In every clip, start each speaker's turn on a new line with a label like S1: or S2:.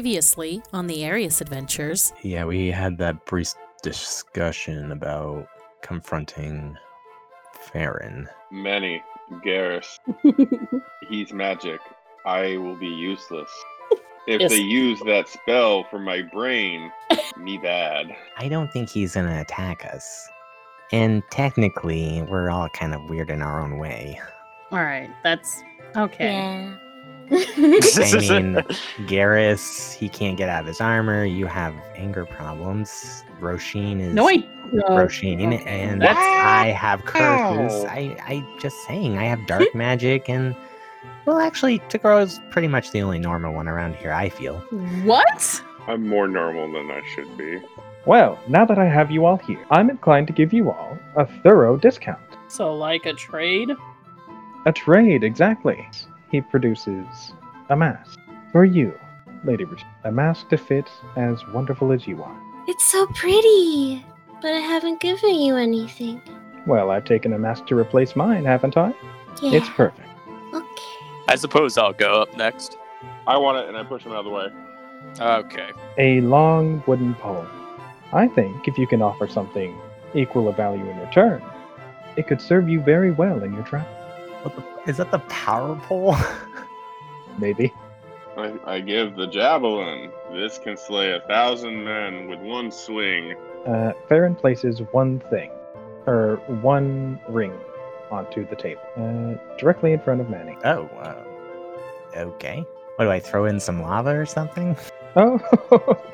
S1: Previously on the Arius Adventures,
S2: Yeah, we had that brief discussion about confronting Farron.
S3: Many. Garrus. He's magic. I will be useless. If
S1: Yes.
S3: they use that spell from my brain, me bad.
S2: I don't think he's gonna attack us. And technically, we're all kind of weird in our own way.
S1: all right, that's okay.
S4: Yeah.
S2: I mean, Garrus, he can't get out of his armor. You have anger problems. Roshin is
S1: No, I don't.
S2: Roshin, and
S1: That's-
S2: I have curses.
S3: Ow.
S2: I, I just saying, I have dark magic, and well, actually, Takoro is pretty much the only normal one around here. I feel.
S1: What?
S3: I'm more normal than I should be.
S5: Well, now that I have you all here, I'm inclined to give you all a thorough discount.
S1: So, like a trade?
S5: A trade, exactly. He produces a mask for you, Lady Rich. A mask to fit as wonderful as you are.
S4: It's so pretty, but I haven't given you anything.
S5: Well, I've taken a mask to replace mine, haven't I?
S4: Yeah.
S5: It's perfect.
S4: okay.
S6: I suppose I'll go up next.
S3: I want it and I push him out of the way.
S6: Okay.
S5: A long wooden pole. I think if you can offer something equal of value in return, it could serve you very well in your travel.
S2: What the, is that the power pole?
S5: Maybe.
S3: I, I give the javelin. This can slay a thousand men with one swing.
S5: Uh, Farron places one thing, or one ring, onto the table, uh, directly in front of Manny.
S2: oh, uh, okay. What do I throw in some lava or something?
S5: Oh,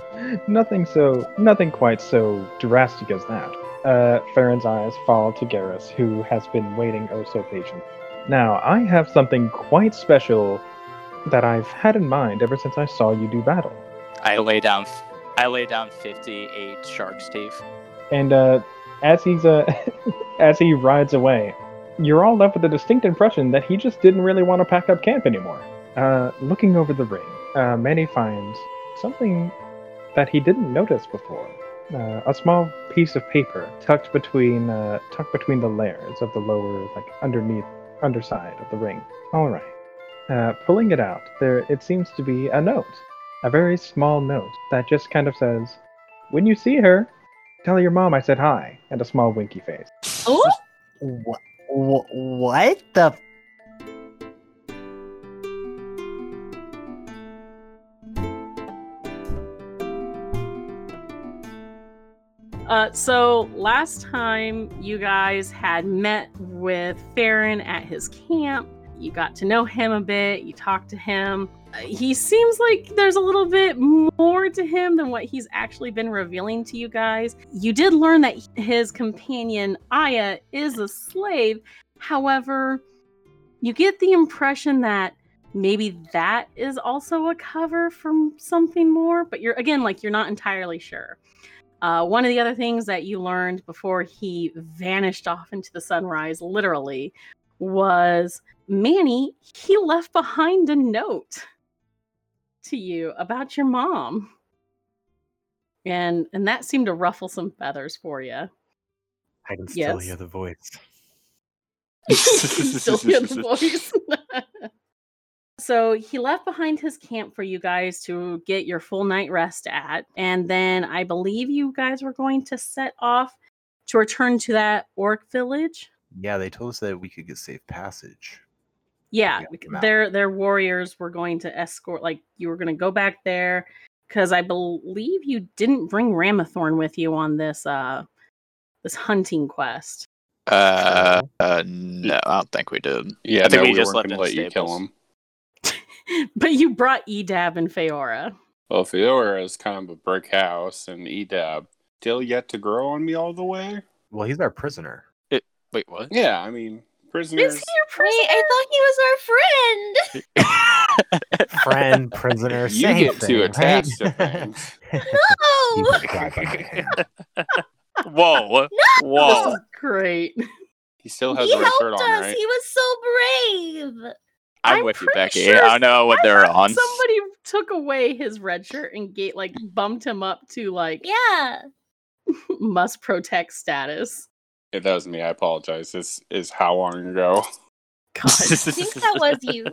S5: nothing so, nothing quite so drastic as that. Uh, Farron's eyes fall to Garrus, who has been waiting oh so patient. Now, I have something quite special that I've had in mind ever since I saw you do battle.
S6: I lay down. f- I lay down fifty-eight shark's teeth.
S5: And uh, as he's uh, as he rides away, you're all left with the distinct impression that he just didn't really want to pack up camp anymore. Uh, looking over the ring, uh, Manny finds something that he didn't notice before. Uh, a small piece of paper tucked between uh, tucked between the layers of the lower, like underneath, underside of the ring. All right. Uh, pulling it out, there it seems to be a note, a very small note that just kind of says, "When you see her, Tell your mom I said hi, and a small winky face.
S1: Oh,
S2: What? What the?
S7: Uh, so last time you guys had met with Farron at his camp. You got to know him a bit. You talked to him. Uh, He seems like there's a little bit more to him than what he's actually been revealing to you guys. You did learn that his companion Aya is a slave. However, you get the impression that maybe that is also a cover from something more, but you're again like you're not entirely sure. Uh, one of the other things that you learned before he vanished off into the sunrise, literally, was Manny, he left behind a note to you about your mom. And and that seemed to ruffle some feathers for you.
S2: I can
S7: still hear Yes.
S2: the voice.
S7: You still hear the voice. so he left behind his camp for you guys to get your full night rest at. And then I believe you guys were going to set off to return to that orc village.
S8: Yeah, they told us that we could get safe passage.
S7: Yeah,
S8: Yeah,
S7: bec-
S8: come out.
S7: their their warriors were going to escort like you were going to go back there cuz I believe you didn't bring Ramathorn with you on this uh this hunting quest.
S8: Uh,
S6: no, I don't think we did.
S3: Yeah,
S6: I think no, we we just weren't let gonna that let you kill staples. him.
S7: but you brought Edab and Feora.
S3: Well, Fiora is kind of a brick house, and Edab still yet to grow on me all the way.
S8: Well, he's our prisoner.
S6: Wait, what?
S3: Yeah, I mean,
S7: Is
S3: prisoners.
S7: he your
S4: Wait,
S7: prisoner?
S4: I thought he was our friend.
S2: Friend, prisoner,
S3: You
S2: same
S3: get too
S2: thing,
S3: attached to
S2: right?
S3: things.
S2: You
S4: No.
S2: forgot about him.
S6: Whoa!
S7: This
S6: Whoa!
S7: is great.
S3: he still has
S4: He
S3: the right
S4: helped
S3: shirt
S4: us.
S3: on, right?
S4: He was so brave.
S6: I'm,
S7: I'm
S6: with you,
S7: pretty
S6: Becky.
S7: sure
S6: I don't know what
S7: I
S6: they're
S7: thought
S6: on.
S7: Somebody took away his red shirt and gate like bumped him up to like
S4: Yeah.
S7: must protect status.
S3: If that was me, I apologize. This is how long ago.
S7: God.
S4: I think that was you.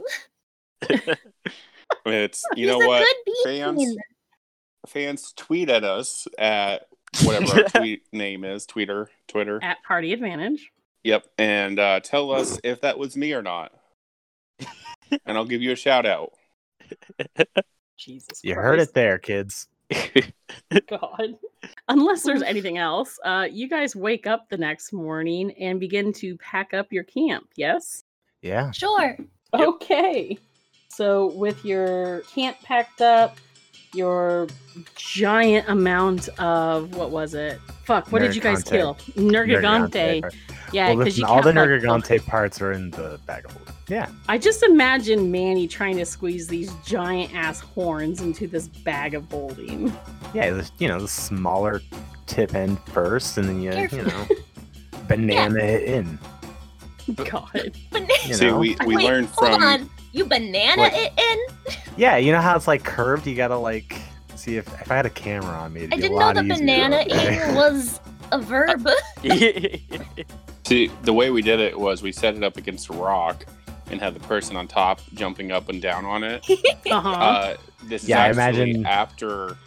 S3: It's
S4: He's
S3: you know
S4: a
S3: what
S4: good bean.
S3: fans fans tweet at us at whatever our tweet name is, Twitter, Twitter.
S7: at party advantage.
S3: Yep, and uh, tell us if that was me or not, and I'll give you a shout out.
S7: Jesus,
S2: You heard it there, kids.
S7: it, God. Unless there's anything else, uh, you guys wake up the next morning and begin to pack up your camp. Yes.
S2: Yeah.
S4: Sure.
S6: Yep.
S7: Okay. So with your camp packed up, your giant amount of what was it? Fuck, what did you guys
S2: Nergigante.
S7: kill? Nergigante.
S2: Nergigante.
S7: Yeah,
S2: Well,
S7: because
S2: listen,
S7: you
S2: all
S7: kept,
S2: the
S7: like,
S2: Nergigante parts are in the bag of holding. Yeah.
S7: I just imagine Manny trying to squeeze these giant ass horns into this bag of holding.
S2: Yeah, the, you know, the smaller tip end first, and then you, you
S4: Careful.
S2: know, banana it in.
S7: God.
S2: You
S3: See,
S2: know?
S3: we we
S4: Wait,
S3: learned
S4: Hold
S3: from
S4: on. You banana
S2: What?
S4: it in?
S2: Yeah, you know how it's like curved? You gotta like see if if I had a camera on me. It'd
S4: I
S2: be
S4: didn't
S2: a
S4: know
S2: lot
S4: the
S2: easier,
S4: banana
S2: okay?
S4: in was a verb.
S3: Uh, see the way we did it was we set it up against a rock and had the person on top jumping up and down on it.
S7: Uh-huh.
S3: Uh, this
S2: Yeah, I
S3: is actually
S2: imagine-
S3: after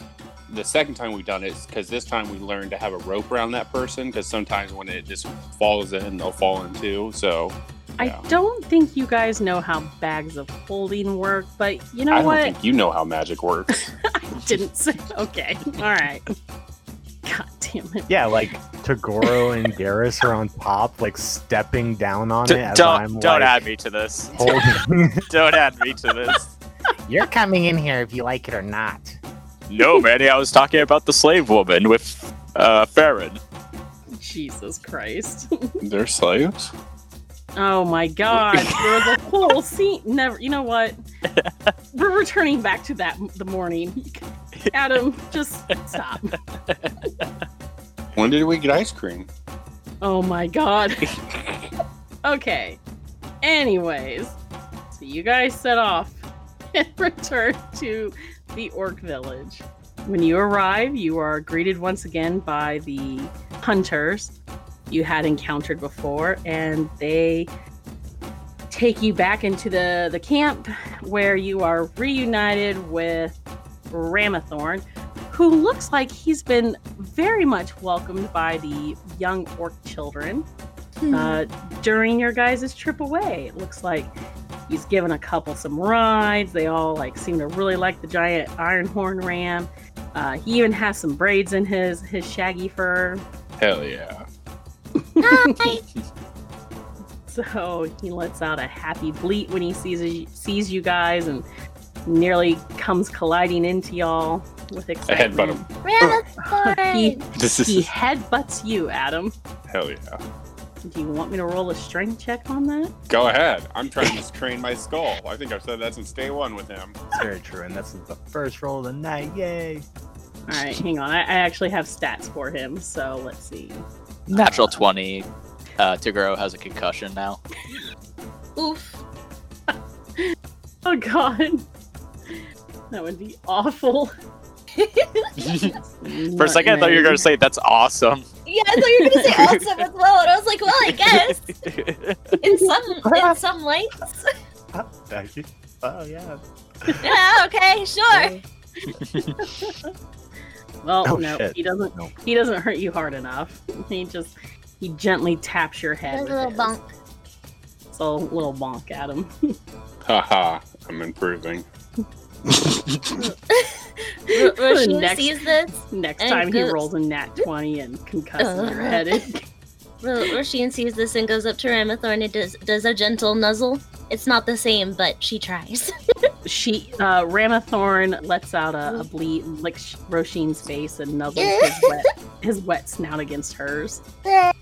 S3: the second time we've done it because this time we learned to have a rope around that person because sometimes when it just falls in, they'll fall in too. So
S7: I
S3: yeah.
S7: don't think you guys know how bags of holding work, but you know
S3: I don't
S7: what?
S3: think you know how magic works.
S7: I didn't say. Okay. All right. God damn it.
S2: Yeah, like Tagoro and Garrus are on top, like stepping down on it.
S6: D-
S2: As
S6: don't
S2: I'm,
S6: don't
S2: like,
S6: add me to this.
S2: Holding.
S6: Don't add me to this.
S2: You're coming in here if you like it or not.
S6: No, Manny, I was talking about the slave woman with uh, Farron.
S7: Jesus Christ.
S3: They're slaves.
S7: Oh my God. There was a whole scene. Never. You know what? We're returning back to that m- the morning. Adam, just stop.
S3: When did we get ice cream?
S7: Oh my God. Okay. Anyways, so you guys set off and return to the Orc Village. When you arrive, you are greeted once again by the hunters you had encountered before, and they take you back into the, the camp where you are reunited with Ramathorn, who looks like he's been very much welcomed by the young orc children uh, during your guys' trip away. It looks like he's given a couple some rides. They all like seem to really like the giant iron horn ram. Uh, he even has some braids in his his shaggy fur.
S3: Hell yeah.
S9: Ah.
S4: Hi.
S7: So he lets out a happy bleat when he sees sees you guys and nearly comes colliding into y'all with
S3: headbutt
S7: excitement.
S4: Ramathorn.
S3: This
S7: He headbutts you, Adam.
S3: hell yeah.
S7: Do you want me to roll a strength check on that?
S3: Go ahead. I'm trying to train my skull. I think I've said that since day one with him.
S2: It's very true, and this is the first roll of the night. Yay!
S7: All right, hang on. I, I actually have stats for him, so let's see.
S6: Natural 20. Uh, Tagoro has a concussion now.
S4: Oof.
S7: Oh god. That would be awful.
S6: For a second, I thought you were going to say, that's awesome.
S4: Yeah, I thought you were gonna say awesome as well, and I was like, well, I guess in some in some lights.
S2: Oh, thank you. Oh, yeah.
S4: Yeah, okay, sure.
S7: Well,
S2: Oh,
S7: no,
S2: shit.
S7: he doesn't
S2: Nope.
S7: he doesn't hurt you hard enough. He just he gently taps your head.
S4: There's a
S7: with
S4: little
S7: his.
S4: bump.
S7: So little bonk at him.
S3: Haha. I'm improving.
S4: Roshi
S7: next
S4: sees this.
S7: next
S4: and
S7: time he
S4: goes-
S7: rolls a nat twenty and concusses your
S4: Ugh.
S7: head.
S4: Roshi sees this and goes up to Ramathorn and does does a gentle nuzzle. It's not the same, but she tries.
S7: She uh Ramathorn lets out a, a bleat and licks Roshin's face and nuzzles his wet his wet snout against hers.
S4: I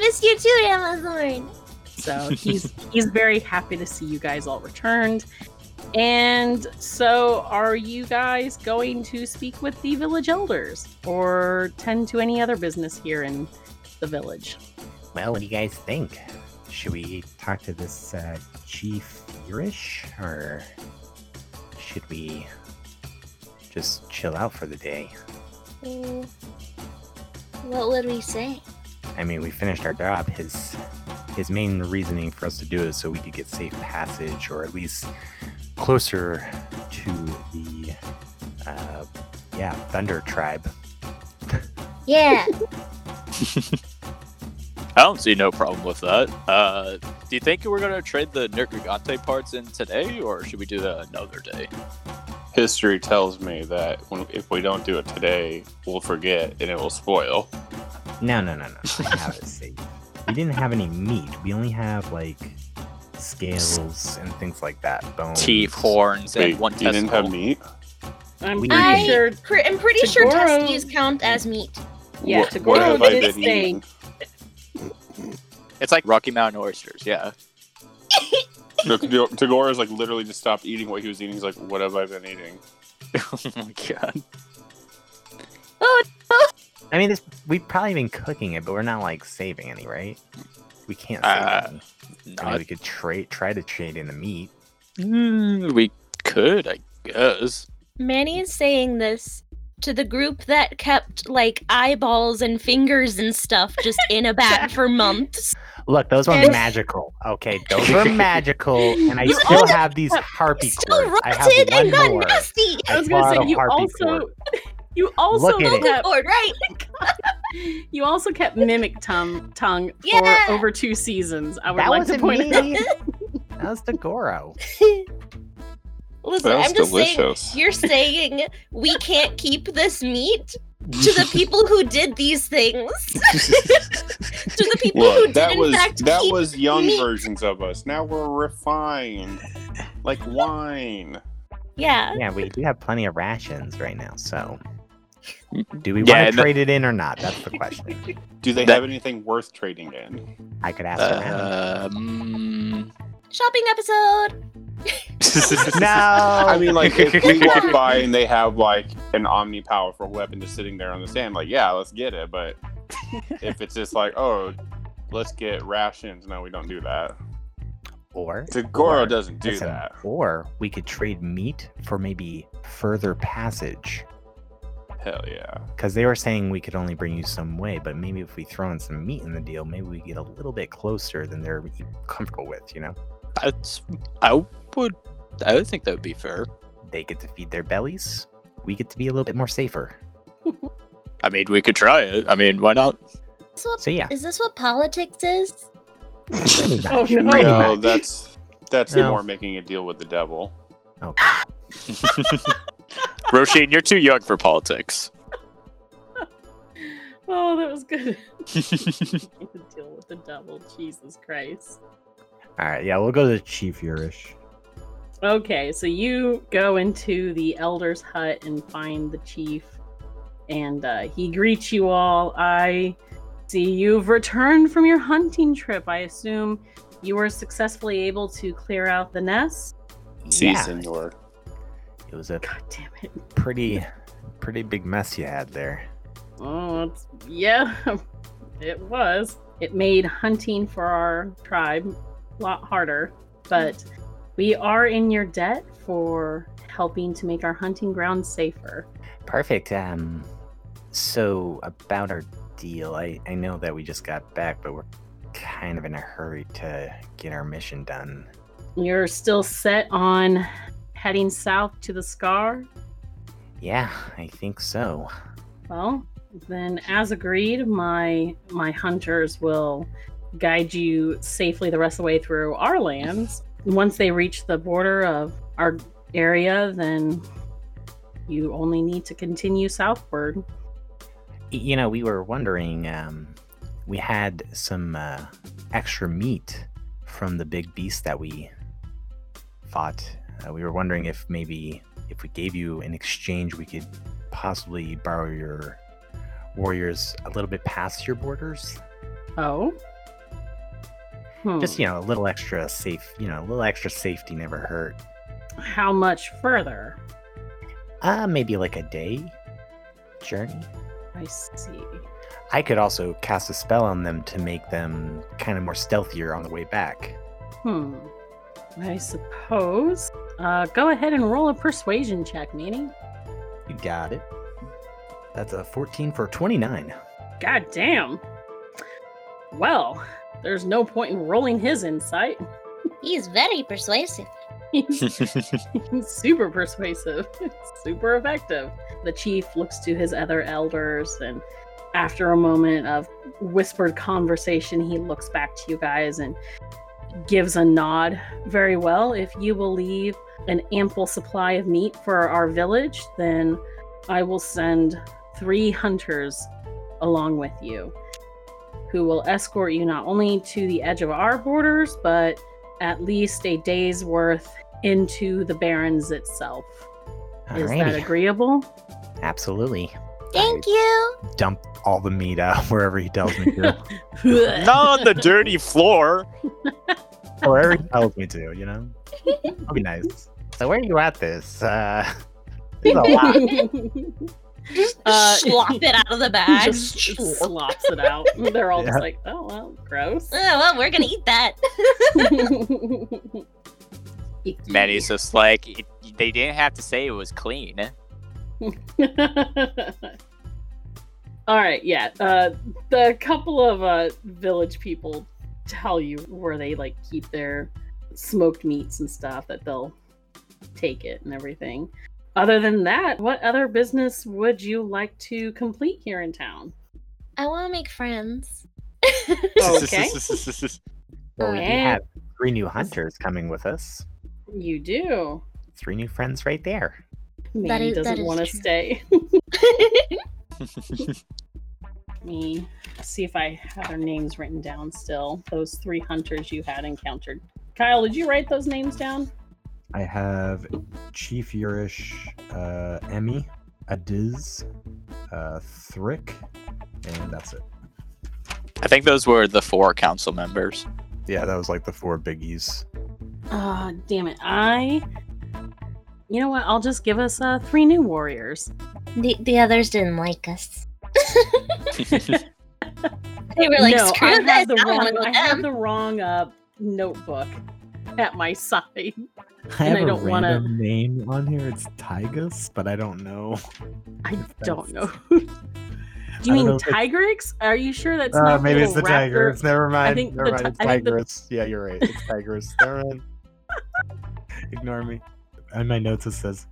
S4: miss you too, Ramathorn.
S7: So he's he's very happy to see you guys all returned. And so are you guys going to speak with the village elders or tend to any other business here in the village?
S2: Well, what do you guys think? Should we talk to this uh, Chief Irish, or should we just chill out for the day?
S4: What would we say?
S2: I mean, we finished our job. His his main reasoning for us to do it is so we could get safe passage, or at least closer to the uh, yeah Thunder Tribe.
S4: Yeah.
S6: I don't see no problem with that. Uh, do you think we're gonna trade the Nergigante parts in today, or should we do that another day?
S3: History tells me that when, if we don't do it today, we'll forget and it will spoil.
S2: No, no, no, no. I have it saved. We didn't have any meat. We only have like scales and things like that. Bones.
S6: Teeth, horns,
S3: Wait,
S6: and one
S3: you didn't have meat?
S7: I'm
S2: We-
S7: pretty
S4: I-
S7: sure.
S4: Pre- I'm pretty sure
S7: Tagoro-
S4: testes count as meat.
S7: Yeah,
S3: What-
S7: to
S3: what
S7: grow
S3: have I
S7: this
S3: been
S7: thing.
S3: eating?
S6: It's like Rocky Mountain oysters. Yeah.
S3: Look, Tagora's like literally just stopped eating what he was eating. He's like, "What have I been eating?"
S6: oh my god.
S4: Oh,
S2: I mean, this we've probably been cooking it, but we're not like saving any, right? We can't save
S6: Uh,
S2: any. I mean,
S6: Not,
S2: we could trade, try to trade in the meat.
S6: Mm, we could, I guess.
S4: Manny is saying this to the group that kept like eyeballs and fingers and stuff just in a bag for months.
S2: Look, those ones
S4: And-
S2: magical. Okay, those were magical, and I
S4: You
S2: still
S4: also-
S2: have these harpy
S4: Still
S2: cords. I have
S4: rotted
S2: one
S4: and not
S2: more.
S4: nasty.
S2: I
S7: I was gonna
S2: bought
S7: say
S2: a
S7: you
S2: harpy
S7: also
S2: cord.
S7: you also
S2: Look at
S4: Good
S2: it.
S7: kept
S4: lord, right?
S7: you also kept mimic tongue tongue
S4: Yeah.
S7: for over two seasons. I would
S2: That
S7: like to
S2: wasn't
S7: point out.
S2: me. that was Degoro.
S4: Listen,
S3: That was
S4: I'm just saying
S3: delicious.
S4: you're saying we can't keep this meat to the people who did these things. to the people who
S3: Look,
S4: did
S3: that
S4: in
S3: was
S4: fact
S3: that
S4: keep
S3: was young
S4: meat.
S3: versions of us. Now we're refined, like wine.
S4: Yeah.
S2: Yeah, we do have plenty of rations right now, so. Do we
S6: Yeah,
S2: want
S6: and
S2: to
S6: the-
S2: trade it in or not? That's the question.
S3: Do they
S6: That-
S3: have anything worth trading in?
S2: I could ask around.
S6: Uh, Um.
S4: Shopping episode. Oh.
S2: No,
S3: I mean, like if we walk by and they have like an omni powerful weapon just sitting there on the stand, like yeah, let's get it. But if it's just like oh, let's get rations, no, we don't do that.
S2: or
S3: Tagoro
S2: or-
S3: doesn't do
S2: listen,
S3: that.
S2: Or we could trade meat for maybe further passage,
S3: Hell yeah.
S2: because they were saying we could only bring you some way. But maybe if we throw in some meat in the deal, maybe we get a little bit closer than they're e-, comfortable with. You know,
S6: That's, I would. I would think that would be fair.
S2: they get to feed their bellies. We get to be a little bit more safer.
S6: I mean, we could try it. I mean, why not?
S4: Is this what-
S2: So yeah,
S4: Is this what politics is?
S2: pretty much.
S7: Oh no.
S2: Pretty
S3: No,
S2: much.
S3: that's that's
S2: No.
S3: more making a deal with the devil.
S2: Okay.
S6: Roshin, you're too young for politics.
S7: Oh, that was good. the deal with the devil. Jesus Christ.
S2: All right. Yeah, we'll go to Chief Urish.
S7: Okay, so you go into the elder's hut and find the chief, and uh, he greets you all. I see you've returned from your hunting trip. I assume you were successfully able to clear out the nest.
S3: See,
S2: yeah,
S3: senor.
S2: it was a
S7: God damn it.
S2: pretty, pretty big mess you had there.
S7: Oh, it's, yeah, it was. It made hunting for our tribe a lot harder, but we are in your debt for helping to make our hunting ground safer.
S2: Perfect. Um, so about our deal, I, I know that we just got back, but we're kind of in a hurry to get our mission done.
S7: You're still set on heading south to the Scar?
S2: Yeah, I think so.
S7: Well, then as agreed, my my hunters will guide you safely the rest of the way through our lands. Once they reach the border of our area, then you only need to continue southward.
S2: Y- You know, we were wondering, um, we had some uh, extra meat from the big beast that we fought. Uh, we were wondering if maybe if we gave you in exchange, we could possibly borrow your warriors a little bit past your borders.
S7: Oh. Hmm.
S2: just you know a little extra safe you know a little extra safety never hurt
S7: How much further?
S2: uh maybe like a day journey
S7: I see.
S2: i could also cast a spell on them to make them kind of more stealthier on the way back
S7: Hmm. I suppose. Uh, go ahead and roll a persuasion check, Manny.
S2: you got it that's a 14 for 29
S7: God damn. Well, there's no point in rolling his insight.
S4: He's very persuasive.
S7: He's super persuasive, super effective. The chief looks to his other elders, and after a moment of whispered conversation, he looks back to you guys and gives a nod. Very well, if you will leave an ample supply of meat for our village, then I will send three hunters along with you who will escort you not only to the edge of our borders, but at least a day's worth into the Barrens itself. Is that
S2: Alrighty.
S7: agreeable?
S2: Absolutely.
S4: Thank you.
S2: Dump all the meat out wherever he tells me to.
S6: Not on the dirty floor.
S2: or Oh, wherever he tells me to, you know? That'd be nice. So where are you at this? Uh this is a lot.
S4: Just
S7: Uh,
S4: slop it out of the
S7: He
S4: bag.
S7: just slops it out. They're all just like, oh, well, gross.
S4: Oh, well, we're gonna eat that.
S7: Many.
S6: Manny's just like, "It- they didn't have to say it was clean.
S7: All right, yeah. Uh, the couple of uh, village people tell you where they like keep their smoked meats and stuff that they'll take it and everything. Other than that, what other business would you like to complete here in town?
S4: I want to make friends.
S3: Oh,
S7: Okay,
S2: Well, we do
S7: Alright.
S2: have three new hunters coming with us.
S7: you do.
S2: Three new friends right there.
S7: Manny
S4: is- that
S7: doesn't
S4: is
S7: want to
S4: true.
S7: stay. Let me see if I have their names written down still. Those three hunters you had encountered. Kyle, did you write those names down?
S8: I have Chief Urish, uh, Emmy, Adiz, uh, Thrick, and that's it.
S6: I think those were the four council members.
S8: Yeah, that was like the four biggies.
S7: Ah, damn it. I. You know what? I'll just give us uh, three new warriors.
S9: The, the others didn't like us.
S4: They were like,
S7: no,
S4: screw
S7: I
S4: this. I
S7: have the
S4: don't
S7: wrong.
S4: want to
S7: I
S4: go
S7: have
S4: them.
S7: the wrong uh, notebook at my side.
S8: I
S7: And
S8: have
S7: I
S8: a
S7: don't
S8: random
S7: wanna-
S8: name on here. It's Tygus, but I don't know.
S7: I
S8: If
S7: don't
S8: that's-
S7: know. Do you
S8: I don't
S7: mean
S8: know if it-
S7: Tigrix? Are you sure that's
S8: Uh,
S7: not
S8: maybe it's the
S7: little raptor?
S8: Tigers. Never mind.
S7: think the
S8: Never mind.
S7: ti-
S8: It's
S7: I think the-
S8: Tigers. Yeah, you're right. It's Tigers. Never mind. Ignore me. On my notes, it says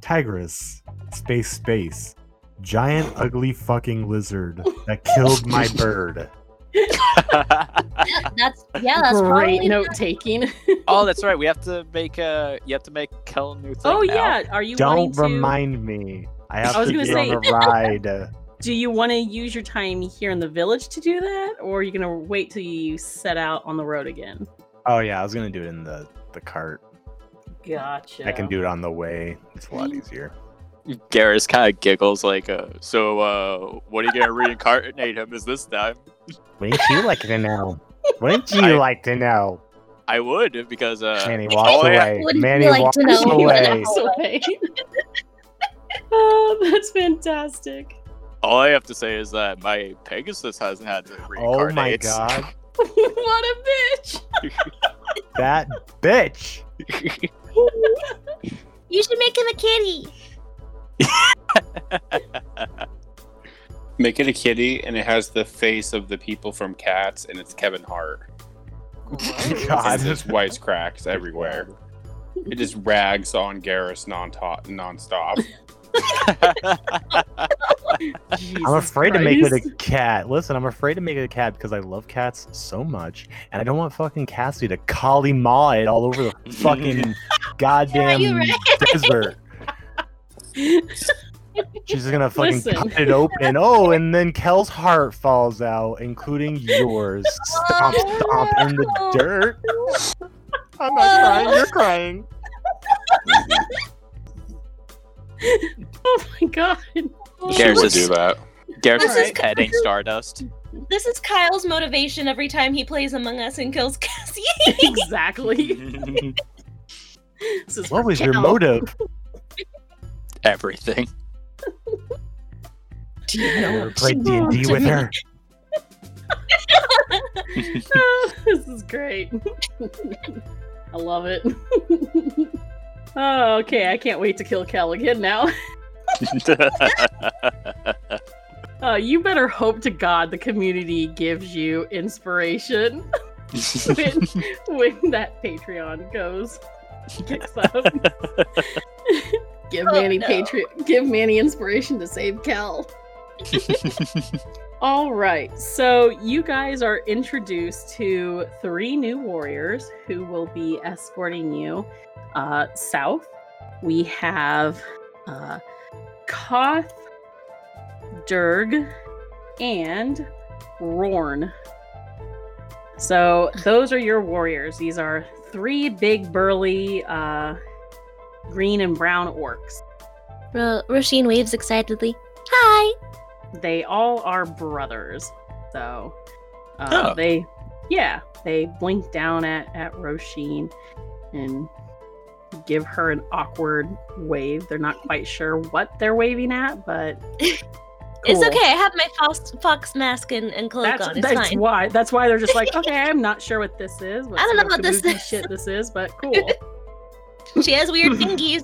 S8: Tigress, space, space, giant, ugly fucking lizard that killed my bird.
S4: That's yeah. That's
S7: Great
S4: probably
S7: note taking.
S6: oh, that's right. We have to make a. You have to make Kellen new thing.
S7: Oh
S6: now.
S7: yeah. Are you wanting
S8: Don't
S7: to?
S8: remind me. I have
S7: I was
S8: to
S7: gonna
S8: be on a ride.
S7: Do you want to use your time here in the village to do that, or are you gonna wait till you set out on the road again?
S2: Oh yeah, I was gonna do it in the the cart.
S7: Gotcha.
S2: I can do it on the way. It's a lot easier.
S6: Garrus kind of giggles like, uh, "So, uh, what are you gonna reincarnate him as this time?"
S2: Wouldn't you like to know? Wouldn't you
S6: I-
S2: like to know?
S6: I would because uh,
S2: Manny walks
S6: oh, yeah.
S2: away.
S9: Wouldn't you
S2: Manny
S9: like
S2: walks
S9: to know?
S2: away.
S7: away. oh, that's fantastic.
S6: all I have to say is that my Pegasus hasn't had to
S2: Oh
S6: reincarnate.
S2: my god,
S7: what a bitch.
S2: that bitch!
S9: You should make him a kitty.
S3: Make it a kitty, and it has the face of the people from Cats, and it's Kevin Hart.
S2: God.
S3: It's just white cracks everywhere. It just rags on Garrus non nonstop.
S2: I'm
S7: Jesus
S2: afraid to make it
S7: Christ.
S2: a cat. Listen, I'm afraid to make it a cat because I love cats so much, and I don't want fucking Cassidy to collie maw it all over the fucking goddamn
S9: you're right.
S2: desert. She's just gonna fucking
S7: Listen.
S2: cut it open. Oh, and then Kel's heart falls out, including yours. Stomp, stomp in the dirt. I'm not crying. You're crying.
S7: Oh my god.
S3: She
S6: Garrus
S3: would do
S6: is,
S3: that.
S6: Garrus
S4: This
S6: is
S4: is-
S6: petting Stardust.
S4: This is Kyle's motivation every time he plays Among Us and kills Cassie.
S7: exactly. This is
S2: What was your
S4: Kel.
S2: motive?
S6: Everything.
S2: You ever played D&D with her?
S7: Oh, this is great. I love it. oh, okay. I can't wait to kill Cal again now. Uh, you better hope to God the community gives you inspiration when, when that Patreon goes. Picks up. give
S4: Oh,
S7: Manny
S4: no.
S7: Patriot. Give Manny inspiration to save Cal. All right. So you guys are introduced to three new warriors who will be escorting you uh, south. We have uh, Koth, Derg, and Rorn. So those are your warriors. These are three big, burly, uh, green and brown orcs.
S4: Ro- Roshin waves excitedly. Hi.
S7: they all are brothers. So uh,
S6: Oh.
S7: they, yeah, they blink down at at Roisin and give her an awkward wave. They're not quite sure what they're waving at, but
S4: It's
S7: cool.
S4: okay. I have my fox, fox mask and, and cloak
S7: That's,
S4: on. It's
S7: that's
S4: fine.
S7: why. That's why they're just like, okay, I'm not sure what this is. What
S4: I don't know
S7: sort of
S4: what this
S7: kabuki
S4: is."
S7: shit this is, but cool.
S4: She has weird fingies,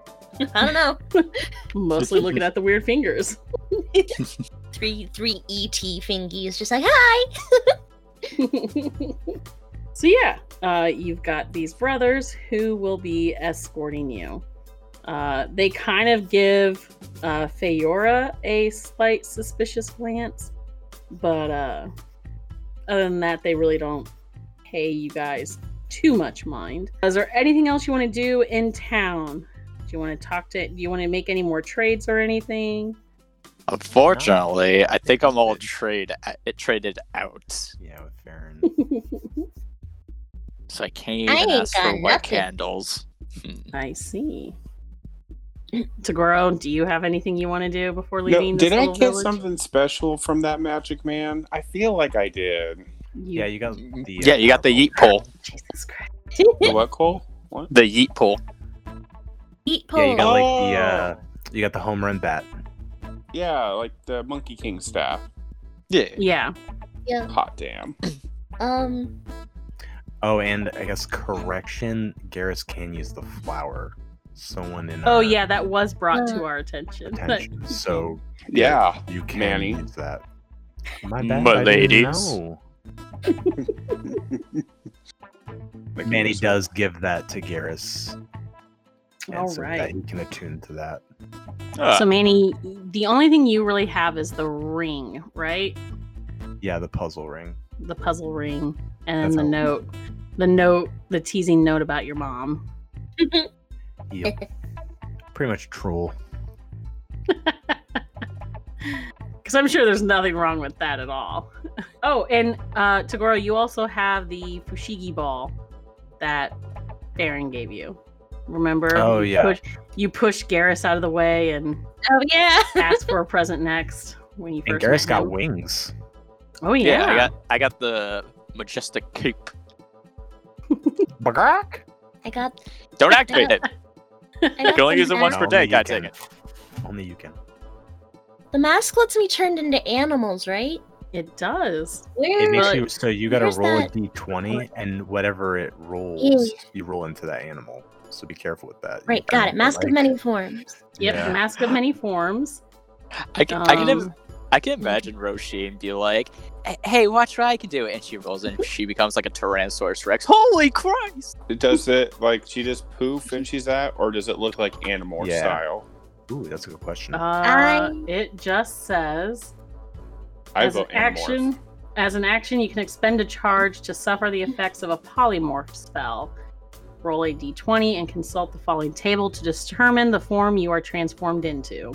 S4: but I don't know.
S7: Mostly looking at the weird fingers.
S9: Three three
S4: E
S9: ET fingies, just like hi.
S7: so yeah, uh, you've got these brothers who will be escorting you. Uh, they kind of give uh, Feyora a slight suspicious glance, but uh, other than that, they really don't pay you guys too much mind. Is there anything else you want to do in town? Do you want to talk to? Do you want to make any more trades or anything?
S6: Unfortunately, I think I'm all trade it traded out,
S2: Yeah, with Farron.
S6: so I can't
S9: I
S6: even
S9: ain't
S6: ask for
S9: got
S6: white
S9: nothing.
S6: candles.
S7: I see. Tagoro, do you have anything you want to do before
S3: No,
S7: leaving? this
S3: did I
S7: little
S3: get
S7: village?
S3: something special from that magic man? I feel like I did.
S7: You-
S2: yeah, you got the. uh,
S6: yeah, you got the yeet pole.
S7: Jesus Christ.
S3: The what, Cole? What?
S6: The yeet pole.
S4: Eat
S2: Yeah,
S4: pole.
S2: you got like the.
S3: Oh.
S2: Uh, you got the home run bat.
S3: Yeah, like the Monkey King staff.
S6: Yeah.
S7: Yeah.
S3: Hot damn.
S9: Um,
S2: Oh, and I guess correction, Garrus can use the flower. Someone in.
S7: Oh
S2: our
S7: yeah, that was brought to our attention.
S2: Uh, Attention. So
S3: Yeah.
S2: you can
S3: Manny.
S2: use that. My
S6: My
S2: I didn't
S6: ladies.
S2: know. But Manny does give that to Garrus. and
S7: All
S2: so that
S7: right.
S2: he can attune to that.
S6: Ah,
S7: So Manny, the only thing you really have is the ring, right?
S2: Yeah, the puzzle ring.
S7: The puzzle ring and
S2: That's
S7: the
S2: all.
S7: note. The note, the teasing note about your mom.
S2: Yep. Pretty much troll.
S7: Because I'm sure there's nothing wrong with that at all. oh, and uh, Tagoro, you also have the Fushigi ball that Aaron gave you. Remember?
S2: Oh,
S7: You
S2: yeah.
S7: push- you pushed Garrus out of the way and
S4: Oh yeah.
S7: asked for a present next when you
S2: And Garrus
S7: first. met
S2: got
S7: him.
S2: wings.
S7: Oh
S6: yeah,
S7: yeah.
S6: I got I got the majestic cape.
S2: Bagrak?
S9: I got.
S6: Don't activate it.
S9: I got
S6: can only
S9: the
S6: use it once
S9: mask.
S6: per day. God dang it.
S2: Only you can.
S9: The mask lets me turn into animals, right?
S7: It does.
S2: It
S9: Where?
S2: makes
S7: But-
S2: you so you gotta
S9: Where's
S2: roll a
S9: that-
S2: D twenty and whatever it rolls,
S9: Yeah.
S2: you roll into that animal. So be careful with that. You
S9: right,
S2: kinda
S9: got it. Mask of
S2: like-
S9: many forms.
S7: Yep.
S2: Yeah.
S7: Mask of many forms.
S6: I can, I can
S7: Um,
S6: im- I can imagine Roisin be like, "Hey, "Hey, watch what I can do," and she rolls in, and she becomes like a Tyrannosaurus Rex. Holy Christ!
S3: Does it like she just poof and she's that, or does it look like Animorph
S2: Yeah.
S3: style?
S2: Ooh, that's a good question.
S7: uh,
S9: I-
S7: It just says
S3: I
S7: as an
S3: vote Animorph.
S7: action. As an action, you can expend a charge to suffer the effects of a polymorph spell. Roll a d20 and consult the following table to determine the form you are transformed into.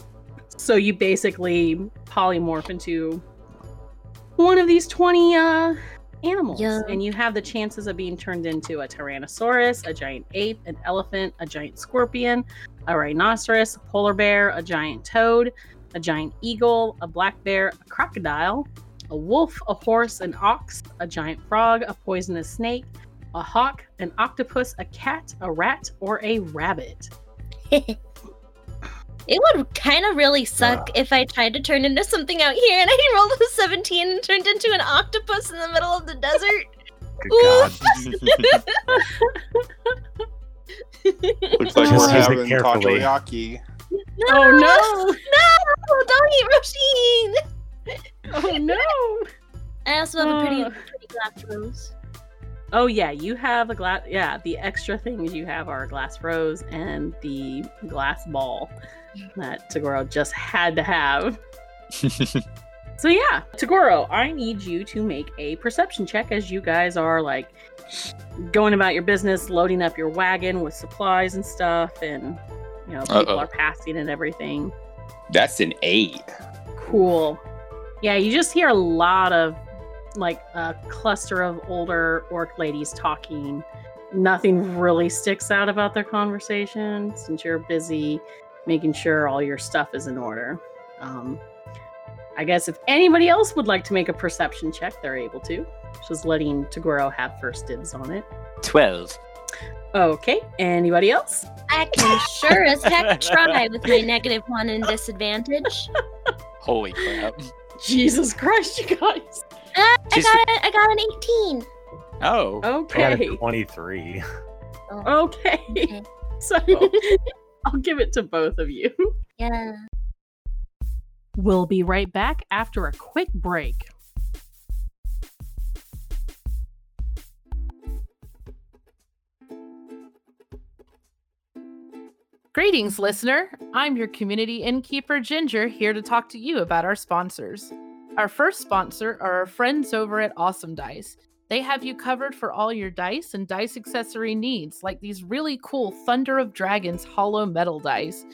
S7: So you basically polymorph into one of these 20 uh, animals,
S9: Yeah.
S7: and you have the chances of being turned into a Tyrannosaurus, a giant ape, an elephant, a giant scorpion, a rhinoceros, a polar bear, a giant toad, a giant eagle, a black bear, a crocodile, a wolf, a horse, an ox, a giant frog, a poisonous snake, a hawk, an octopus, a cat, a rat, or a rabbit.
S4: It would kind of really suck
S2: Uh.
S4: if I tried to turn into something out here and I rolled a 17 and turned into an octopus in the middle of the desert.
S2: Good
S4: Ooh.
S2: God.
S3: Looks like
S2: Just
S3: we're
S2: use it
S3: having
S2: carefully.
S3: takoyaki.
S4: No!
S7: Oh, no.
S4: No! Don't eat Roisin!
S7: Oh no!
S4: I also have a pretty,
S7: Uh.
S4: pretty glass rose.
S7: Oh yeah, you have a glass. Yeah, the extra things you have are a glass rose and the glass ball that Tagoro just had to have. So yeah, Tagoro, I need you to make a perception check as you guys are like going about your business, loading up your wagon with supplies and stuff, and you know people
S3: Uh-oh.
S7: are passing and everything.
S3: That's an eight.
S7: Cool. Yeah, you just hear a lot of like a cluster of older orc ladies talking. Nothing really sticks out about their conversation since you're busy making sure all your stuff is in order. Um, I guess if anybody else would like to make a perception check, they're able to. Just letting Tagoro have first dibs on it.
S6: 12.
S7: Okay, anybody else?
S9: I can sure as heck try with my negative one and disadvantage.
S6: Holy crap.
S7: Jesus Christ, you guys.
S9: Ah, I
S6: Just-
S9: got a, I got an eighteen.
S6: Oh.
S2: I got
S7: Okay.
S2: a 23.
S7: Oh. Okay.
S9: Oh, Okay.
S7: So I'll give it to both of you.
S9: Yeah.
S7: We'll be right back after a quick break. Greetings, listener. I'm your community innkeeper, Ginger, here to talk to you about our sponsors. Our first sponsor are our friends over at Awesome Dice. They have you covered for all your dice and dice accessory needs, like these really cool Thunder of Dragons hollow metal dice.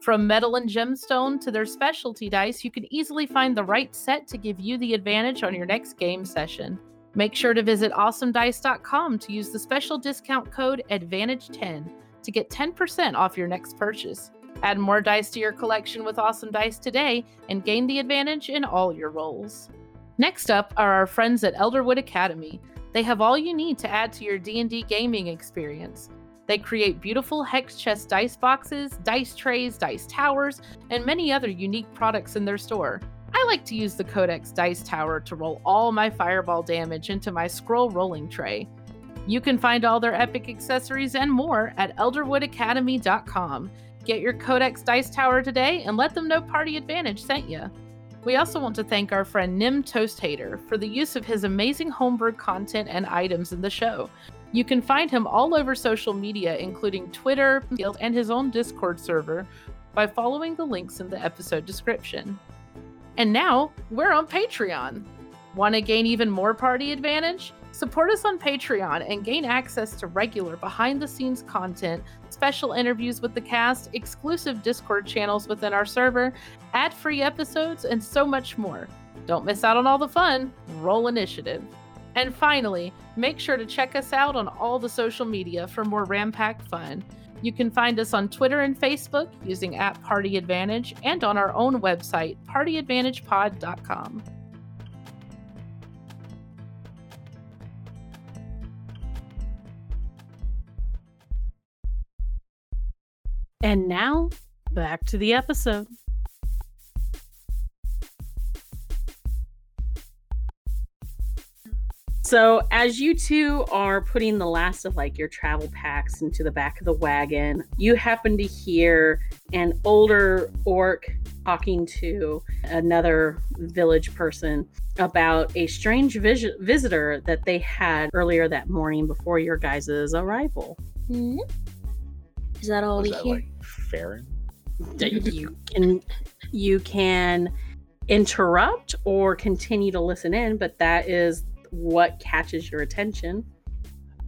S7: From metal and gemstone to their specialty dice, you can easily find the right set to give you the advantage on your next game session. Make sure to visit awesomedice.com to use the special discount code ADVANTAGE10 to get 10% off your next purchase. Add more dice to your collection with Awesome Dice today and gain the advantage in all your rolls. Next up are our friends at Elderwood Academy. They have all you need to add to your D&D gaming experience. They create beautiful hex chest dice boxes, dice trays, dice towers, and many other unique products in their store. I like to use the Codex Dice Tower to roll all my fireball damage into my scroll rolling tray. You can find all their epic accessories and more at elderwoodacademy.com. Get your Codex Dice Tower today and let them know Party Advantage sent you. We also want to thank our friend Nim Toast Hater for the use of his amazing homebrew content and items in the show. You can find him all over social media, including Twitter and his own Discord server, by following the links in the episode description. And now we're on Patreon. Want to gain even more party advantage? Support us on Patreon and gain access to regular behind the scenes content, special interviews with the cast, exclusive Discord channels within our server, ad free episodes, and so much more. Don't miss out on all the fun. Roll initiative. And finally, make sure to check us out on all the social media for more Rampack fun. You can find us on Twitter and Facebook using at Party Advantage and on our own website, partyadvantagepod.com. And now, back to the episode. So as you two are putting the last of like your travel packs into the back of the wagon, you happen to hear an older orc talking to another village person about a strange vis- visitor that they had earlier that morning before your guys' arrival.
S9: Hmm? Is that all
S2: Was
S9: we
S2: that
S9: hear?
S2: like Farron?
S7: That you can you can interrupt or continue to listen in, but that is what catches your attention.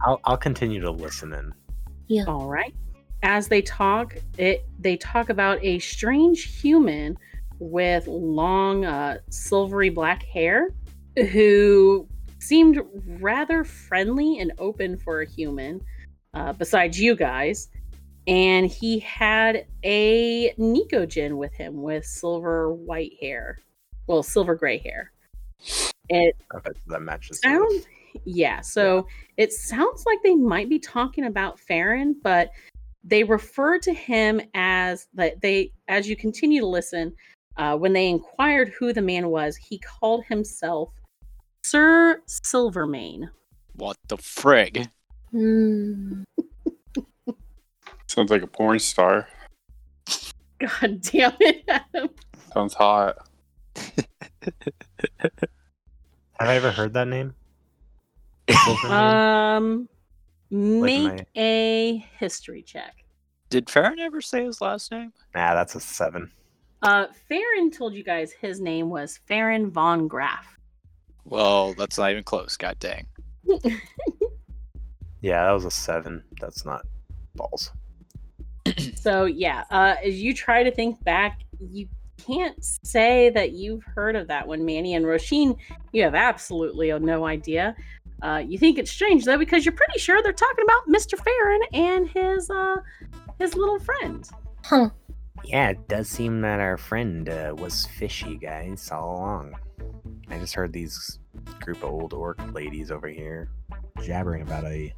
S2: I'll, I'll continue to listen in.
S7: All right. As they talk, it they talk about a strange human with long, uh, silvery black hair, who seemed rather friendly and open for a human. Uh, besides you guys, and he had a Nikojin with him with silver white hair, well, silver gray hair. It
S2: Okay, so that matches. the
S7: sound yeah so it sounds like they might be talking about farron but they refer to him as that they as you continue to listen uh, when they inquired who the man was he called himself sir silvermane
S6: What the frig?
S9: Hmm.
S3: Sounds like a porn star.
S7: god damn it Adam.
S3: Sounds hot.
S2: Have I ever heard that name?
S7: Um, make
S2: Mm-hmm. my-
S7: a history check.
S6: Did Farron ever say his last name?
S2: nah, that's a seven.
S7: Uh, Farron told you guys his name was Farron von Graff.
S6: Well, that's not even close. God dang.
S2: Yeah, that was a seven. That's not balls.
S7: So yeah, uh, as you try to think back, you can't say that you've heard of that one, Manny and Roshin. You have absolutely no idea. Uh, you think it's strange though, because you're pretty sure they're talking about Mr. Farron and his uh, his little friend.
S9: Huh.
S2: Yeah, it does seem that our friend uh, was fishy, guys, all along. I just heard these group of old orc ladies over here jabbering about a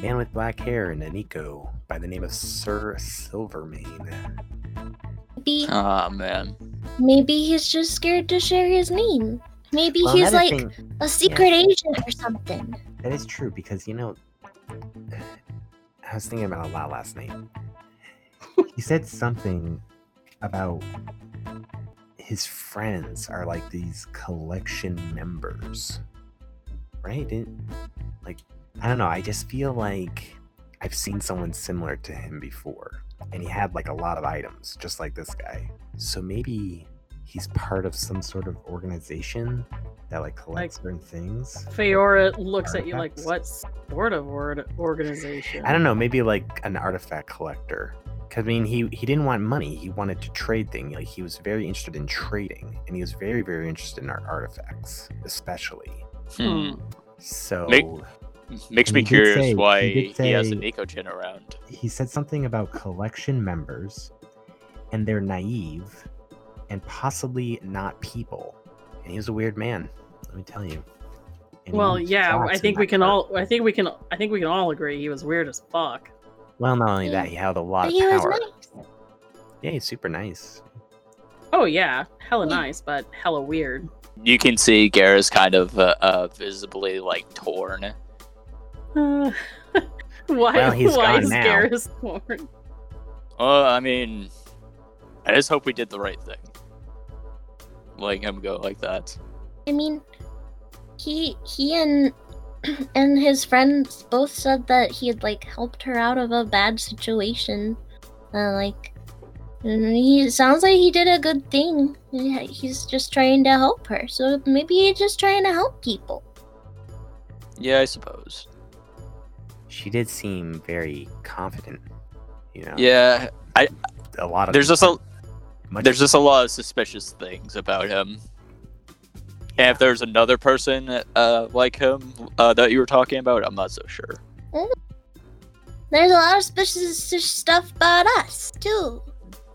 S2: man with black hair and an eco by the name of Sir Silvermane.
S9: Maybe,
S6: Oh, man.
S9: maybe he's just scared to share his name. Maybe
S2: Well,
S9: he's
S2: another
S9: like
S2: thing-
S9: a secret agent or something.
S2: That is true because you know, I was thinking about it a lot last night. he said something about his friends are like these collection members, right? Didn't- like I don't know. I just feel like I've seen someone similar to him before, and he had like a lot of items, just like this guy. So maybe he's part of some sort of organization that like collects certain things.
S7: Feora looks at you like,
S2: Artifacts.
S7: "What sort of word organization?"
S2: I don't know, maybe like an artifact collector. Cause I mean, he he didn't want money. He wanted to trade things. Like he was very interested in trading, and he was very very interested in our artifacts, especially.
S6: Hmm.
S2: So
S6: Make- Makes me
S8: He did
S6: curious
S8: say-
S6: why
S8: he
S6: he,
S8: did
S6: has
S8: say-
S6: an eco chin around.
S2: he said something about collection members, and they're naive, and possibly not people. And he was a weird man, let me tell you. And he
S7: Well,
S2: had
S7: yeah,
S2: thoughts
S7: I
S2: in
S7: think
S2: that
S7: we can
S2: part.
S7: all. I think we can. I think we can all agree he was weird as fuck.
S2: Well, not only that, he held a lot
S9: But
S2: of
S9: he was
S2: power.
S9: nice.
S2: Yeah, he's super nice.
S7: Oh yeah, hella
S9: Yeah.
S7: nice, but hella weird.
S6: You can see Gara's kind of uh, uh, visibly like torn.
S7: Uh, why?
S2: Well, he's
S7: why
S2: gone
S7: is
S2: now.
S7: Garrus born?
S6: Well, I mean, I just hope we did the right thing. Letting him go like that.
S9: I mean, he he and and his friends both said that he had like helped her out of a bad situation. Uh, like, and he it sounds like he did a good thing. Yeah, He's just trying to help her. So maybe he's just trying to help people.
S6: Yeah, I suppose.
S2: She did seem very confident. You know,
S6: Yeah,
S2: a lot of
S6: there's
S2: the
S6: just a
S2: time. Much-
S6: there's just a lot of suspicious things about him. And if there's another person uh, like him uh, that you were talking about, I'm not so sure.
S9: There's a lot of suspicious stuff about us too.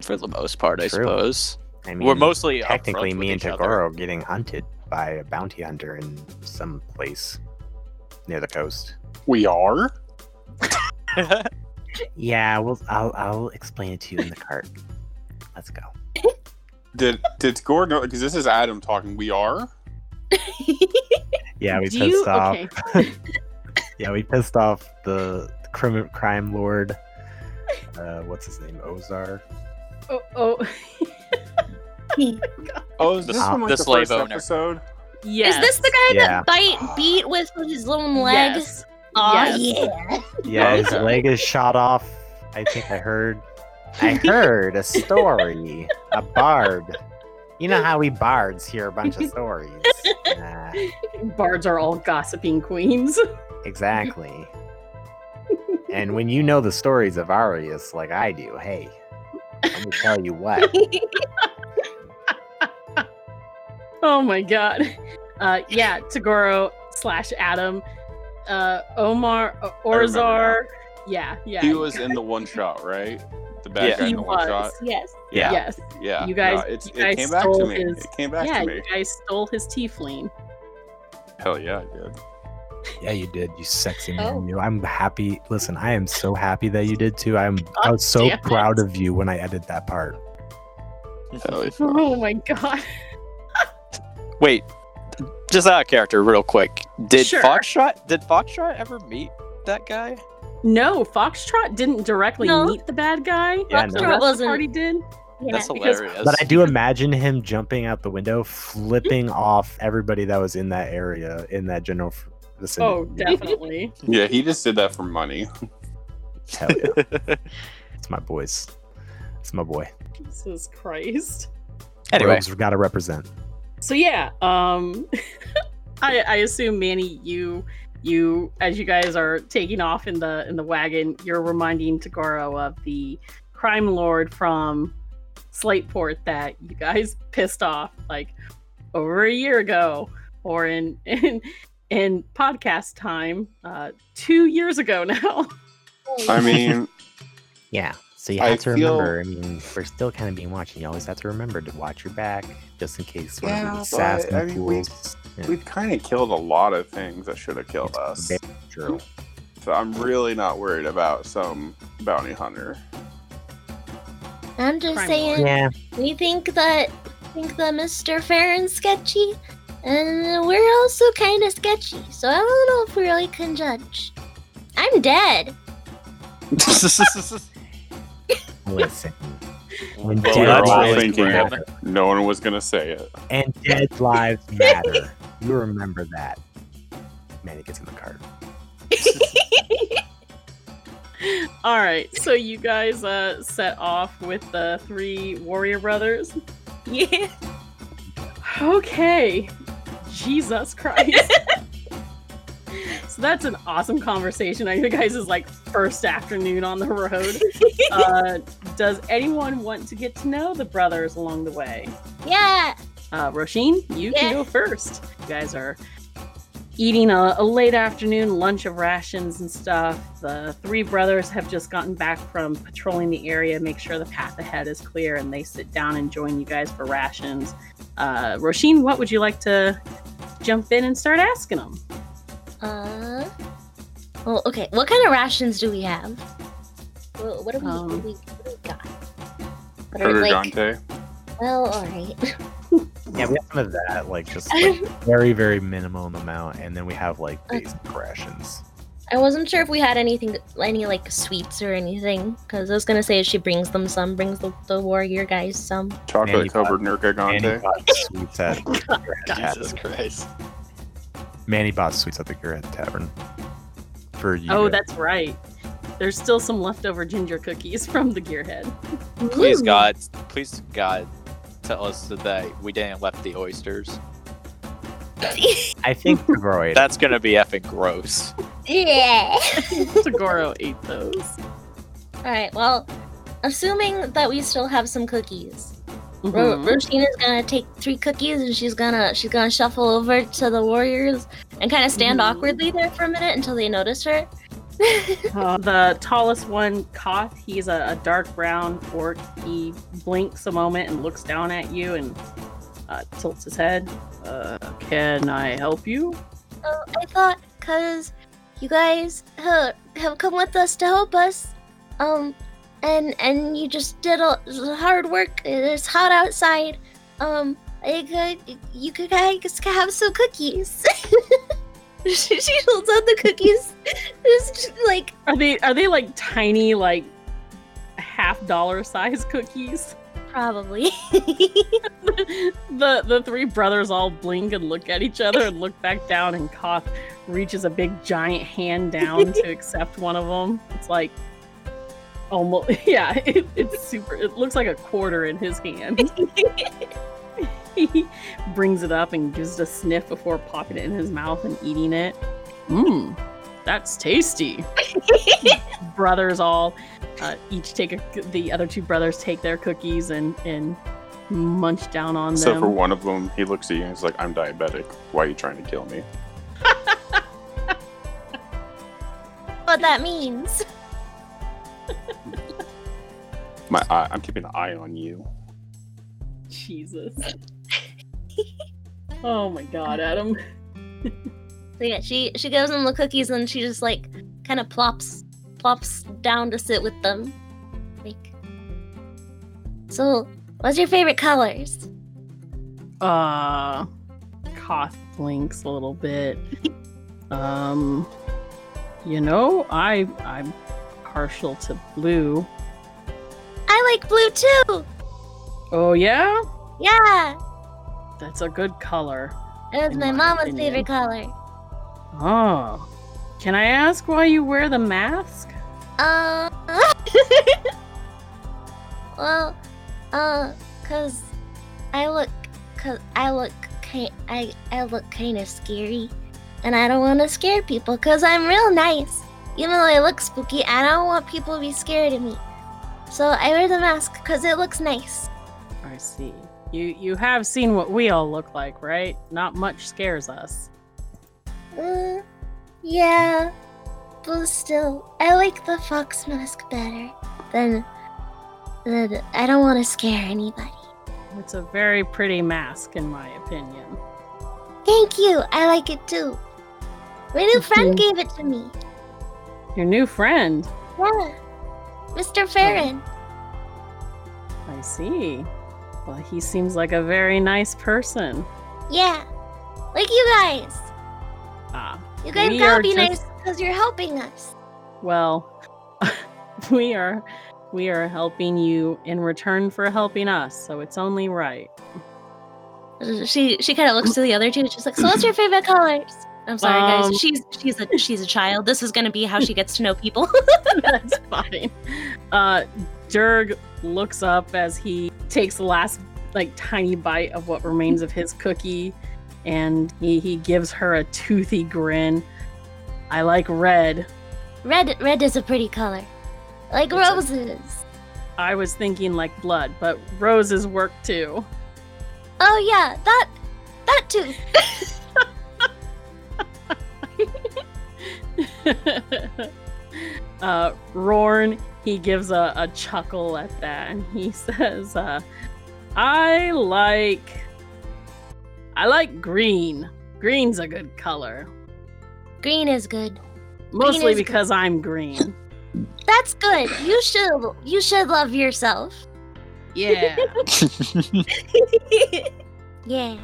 S6: For the most part, I
S2: True.
S6: suppose
S2: I
S6: we're
S2: mean,
S6: mostly upfront
S2: technically
S6: with
S2: me and
S6: each other.
S2: Tagoro are getting hunted by a bounty hunter in some place near the coast.
S3: We are.
S2: Yeah, we'll I'll I'll explain it to you in the cart. Let's go.
S3: Did did Gordon? Because this is Adam talking. We are.
S2: Yeah, we
S7: Do
S2: pissed
S7: you-
S2: off.
S7: okay.
S2: Yeah, we pissed off the crime crime lord. Uh, what's his name? Ozar.
S7: Oh, oh.
S3: Oh, is
S6: The
S3: this
S2: s-
S3: from like
S6: the
S3: the,
S6: slave
S3: first
S6: owner.
S3: episode?
S7: yes.
S9: Is this the guy
S2: Yeah.
S9: that bite beat with his lone leg?
S7: Yes.
S9: Aw,
S7: Yes.
S9: yeah.
S2: Yeah, his
S6: Okay.
S2: leg is shot off. I think I heard. I heard a story. a bard. You know how we bards hear a bunch of stories. Nah,
S7: Bards are all gossiping queens.
S2: exactly. And when you know the stories of Arius like I do, hey, let me tell you what.
S7: Oh my god. Uh, yeah, Tagoro slash Adam, uh, Omar uh,
S3: remember now.
S7: Orzar. Yeah, yeah.
S3: He was in the one shot, right? The bad
S6: Yeah.
S3: guy
S7: He
S3: in the one
S7: was.
S3: shot.
S9: Yes.
S3: Yeah.
S7: Yes.
S3: Yeah.
S7: You guys-
S3: No, it's,
S7: you guys
S3: it came back to
S7: stole
S3: me.
S7: his-
S3: It came back
S7: yeah,
S3: to me.
S7: you guys stole his tiefling.
S3: Hell yeah, I did.
S8: Yeah, you did, you sexy man.
S9: Oh.
S8: You. I'm happy. Listen, I am so happy that you did too. I'm I
S7: God
S8: was so
S7: Oh, damn it.
S8: proud of you when I edited that part.
S3: Hell yeah.
S7: Oh my god.
S6: Wait, just out of character, real quick. Did
S7: Sure.
S6: Foxtrot did Foxtrot ever meet that guy?
S7: No, Foxtrot didn't directly
S9: No.
S7: meet the bad guy.
S2: Yeah,
S7: The
S2: no.
S9: Foxtrot
S7: rest of the
S9: wasn't-
S7: party did.
S6: That's
S7: because-
S6: hilarious.
S8: But I do imagine him jumping out the window, flipping off everybody that was in that area in that general f-
S2: Listen,
S7: Oh, definitely.
S3: Yeah, he just did that for money.
S2: hell yeah. it's my boys. It's my boy.
S7: Jesus Christ.
S6: Anyway,
S2: Rogues gotta represent.
S7: So yeah, um I I assume Manny you you as you guys are taking off in the in the wagon, you're reminding Tagoro of the crime lord from Slateport that you guys pissed off like over a year ago or in in in podcast time, uh 2 years ago now.
S3: I mean,
S2: Yeah. So you
S3: I
S2: have to
S3: feel-
S2: remember. I mean, we're still kind of being watched. and You always have to remember to watch your back, just in case one
S3: Yeah,
S2: of these
S3: but,
S2: sass
S3: I mean, we-
S2: fools.
S3: we've kind of killed a lot of things that should have killed us.
S2: Very true.
S3: So I'm really not worried about some bounty hunter.
S9: I'm just
S7: Crime
S9: saying,
S2: Yeah.
S9: we think that think that Mr. Farron's sketchy, and we're also kind of sketchy. So I don't know if we really can judge. I'm dead.
S2: Listen.
S3: Oh,
S2: When
S6: Well,
S2: dead
S6: that's
S2: lives
S6: really
S3: thinking.
S2: matter,
S3: No one was gonna say it.
S2: and dead lives matter. You remember that. Man, it gets in the cart.
S7: All right, so you guys uh, set off with the three warrior brothers.
S10: Yeah.
S7: Okay, Jesus Christ. so that's an awesome conversation. I think guys is like first afternoon on the road. uh, does anyone want to get to know the brothers along the way?
S9: Yeah.
S7: Uh, Roisin, you
S9: Yeah.
S7: can go first. You guys are eating a, a late afternoon lunch of rations and stuff. The three brothers have just gotten back from patrolling the area, make sure the path ahead is clear, and they sit down and join you guys for rations. Uh, Roisin, what would you like to jump in and start asking them?
S9: Uh. Well, okay. What kind of rations do we have? What, what do we,
S7: Um.
S9: what do we what do we got? What are,
S3: Sugar
S9: like,
S3: Dante.
S9: well, all right.
S2: Yeah, we have some of that, like just like very, very minimum amount, and then we have like basic rations.
S9: I wasn't sure if we had anything, any like sweets or anything, because I was gonna say she brings them some, brings the, the warrior guys some.
S3: Chocolate
S2: Mandy Pop.
S3: covered Nurka
S2: Manny
S3: Dante.
S2: bought sweets at
S6: Jesus Christ.
S2: Manny bought sweets at the Gearhead Tavern for you.
S7: Oh,
S2: to-
S7: that's right. There's still some leftover ginger cookies from the gearhead.
S6: Please
S9: Ooh.
S6: God, please God, tell us that we didn't left the oysters.
S2: I think Tagoro ate it.
S6: That's gonna be effing gross.
S9: Yeah.
S7: Tagoro ate those.
S9: all right. Well, assuming that we still have some cookies, Ro-
S7: Mhm.
S9: Roshina's gonna take three cookies and she's gonna she's gonna shuffle over to the warriors and kind of stand
S7: Mhm.
S9: awkwardly there for a minute until they notice her.
S7: Uh, the tallest one, Koth, he's a, a dark brown orc. He blinks a moment and looks down at you and uh, tilts his head. Uh, can I help you?
S9: Oh, I thought because you guys ha- have come with us to help us, um, and and you just did a hard work. It's hot outside. Um, I could, you could guys could have some cookies. she, she holds out the cookies, just like
S7: Are they are they like tiny, like half dollar size cookies?
S9: probably.
S7: the the three brothers all blink and look at each other and look back down, and Koth reaches a big giant hand down to accept one of them. It's like almost yeah, it, it's super. It looks like a quarter in his hand. he brings it up and gives it a sniff before popping it in his mouth and eating it. Mmm, that's tasty. brothers all uh, each take a, the other two brothers take their cookies and and munch down on
S3: So
S7: them.
S3: for one of them, he looks at you and he's like, "I'm diabetic. Why are you trying to kill me?"
S9: what that means.
S3: My eye, I'm keeping an eye on you.
S7: Jesus. oh my god, Adam.
S9: So yeah, she she gives them the cookies and she just like kind of plops plops down to sit with them. Like, so what's your favorite colors?
S7: Uh Koth blinks a little bit. um you know, I I'm partial to blue.
S9: I like blue too.
S7: Oh yeah?
S9: Yeah,
S7: That's a good color.
S9: it was
S7: In
S9: my
S7: my
S9: mama's
S7: opinion.
S9: favorite color.
S7: Oh. Can I ask why you wear the mask?
S9: Uh. well, uh, cause I look, cause I look, ki- I I look kind of scary, and I don't want to scare people, cause I'm real nice. Even though I look spooky, I don't want people to be scared of me. So I wear the mask cause it looks nice.
S7: I see. You you have seen what we all look like, right? Not much scares us.
S9: Uh, yeah, but still, I like the fox mask better than. than I don't want to scare anybody.
S7: It's a very pretty mask in my opinion.
S9: Thank you. I like it too. My new friend gave it to me.
S7: Your new friend.
S9: Yeah, Mr. Farron.
S7: I see. Well, he seems like a very nice person.
S9: Yeah, like you guys.
S7: Ah,
S9: You guys
S7: We
S9: gotta
S7: are
S9: be
S7: just-
S9: nice because you're helping us.
S7: well, we are we are helping you in return for helping us, so it's only right.
S11: She she kind of looks to the other two. and She's like, "So what's your favorite colors?" I'm sorry,
S7: Um,
S11: guys. She's she's a she's a child. This is gonna be how she gets to know people.
S7: That's fine. Uh, Dirg looks up as he takes the last like tiny bite of what remains of his cookie, and he he gives her a toothy grin. I like red.
S9: Red, red is a pretty color, like
S7: It's a-
S9: roses.
S7: I was thinking like blood, but roses work too.
S9: Oh yeah, that, that too.
S7: uh, Rorn, he gives a, a chuckle at that and he says, uh, I like. I like green. Green's a good color.
S9: Green is good.
S7: Mostly
S9: is good.
S7: because I'm green.
S9: That's good. You should, you should love yourself.
S7: Yeah.
S9: Yeah.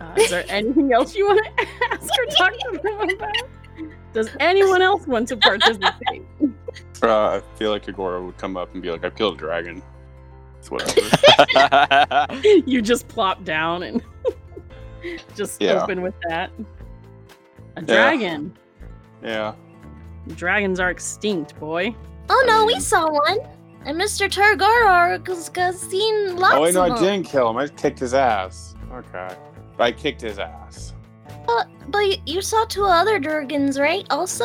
S7: Uh, is there anything else you want to ask or talk to them about? Does anyone else want to participate?
S3: Uh, I feel like Agora would come up and be like, "I've killed a dragon." It's whatever.
S7: you just plop down and just
S3: Yeah.
S7: open with that. A dragon.
S3: yeah.
S7: Dragons are extinct, boy.
S9: Oh no, we
S3: Um,
S9: saw one. And Mr. Turgoror has- has seen lots
S3: oh wait, no,
S9: of
S3: I
S9: them.
S3: didn't kill him. I kicked his ass. Okay. I kicked his ass.
S9: But, but y- you saw two other dragons, right? Also,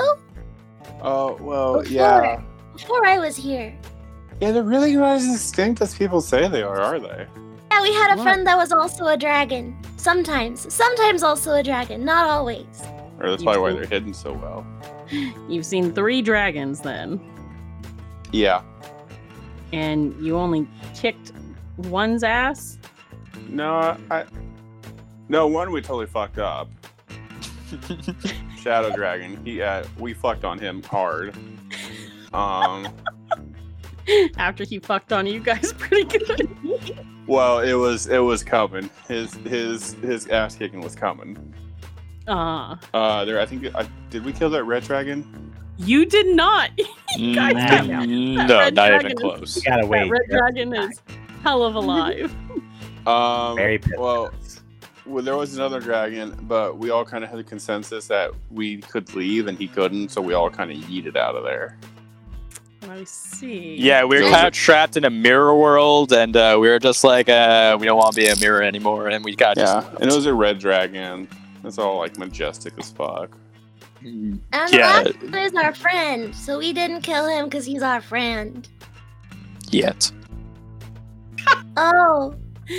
S3: Oh well,
S9: Before.
S3: yeah.
S9: before I was here.
S3: Yeah, they're really not as distinct as people say they are, are they?
S9: Yeah, we had a
S7: What?
S9: friend that was also a dragon. Sometimes, sometimes also a dragon, not always.
S3: Or that's
S7: You
S3: probably why
S7: do.
S3: they're hidden so well.
S7: You've seen three dragons then,
S3: Yeah.
S7: and you only kicked one's ass.
S3: No, I. No one we totally fucked up. Shadow Dragon. He, uh, we fucked on him hard. Um.
S7: After he fucked on you guys pretty good.
S3: Well, it was it was coming. His his his ass kicking was coming.
S7: Uh,
S3: Uh, there. I think. I, did we kill that red dragon?
S7: you did not. guys
S5: got
S6: no, not
S7: Red dragon
S6: even
S7: is-
S6: close.
S5: You gotta
S7: That
S5: wait.
S7: red dragon is hell of alive.
S3: Um.
S5: Very pissed.
S3: well, well, there was another dragon, but we all kind of had a consensus that we could leave and he couldn't, so we all kind of yeeted out of there.
S7: I see.
S6: Yeah, we were
S3: Those
S6: kind
S3: are-
S6: of trapped in a mirror world, and uh, we were just like, uh, we don't want to be a mirror anymore, and we got
S3: Yeah,
S6: just.
S3: and it was a red dragon. It's all like majestic as fuck.
S6: Mm,
S9: And the
S6: Yeah.
S9: last one is our friend, so we didn't kill him because he's our friend.
S6: Yet.
S9: Oh,
S7: Koth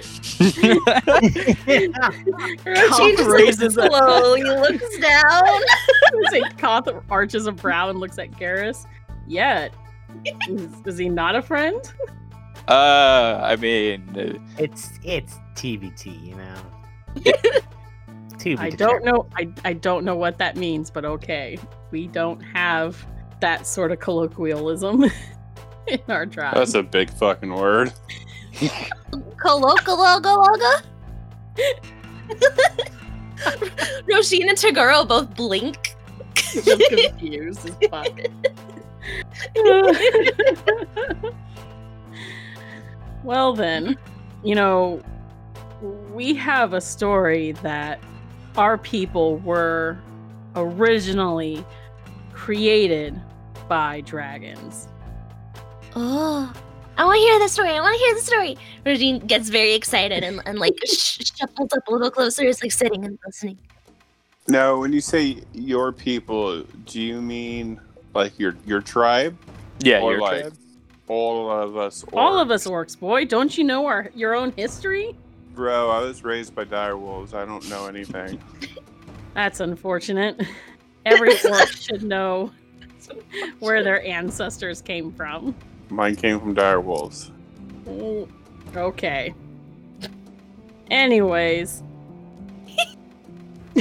S7: raises a,
S9: slowly looks down.
S7: Koth arches a brow and looks at Garrus. Yet, is, is he not a friend?
S6: uh, I mean, uh,
S5: It's it's TBT, you know. TBT.
S7: I don't know. I, I don't know what that means, but okay. We don't have that sort of colloquialism in our tribe.
S3: That's a big fucking word.
S11: Kolokologa? Roshin and Tagoro both blink.
S7: Just confused as fuck. well, then, you know, we have a story that our people were originally created by dragons.
S9: Oh, I want to hear the story. I want to hear the story. Regine gets very excited and, and like sh- shuffles up a little closer. Is like sitting and listening.
S3: No, when you say your people, do you mean like your your tribe?
S6: Yeah,
S3: or
S6: your
S3: like
S6: tribe.
S3: all of us? Or...
S7: All of us orcs, boy. Don't you know our your own history?
S3: Bro, I was raised by dire wolves. I don't know anything.
S7: That's unfortunate. Every orc should know where their ancestors came from.
S3: Mine came from dire wolves.
S7: Mm, Okay. Anyways.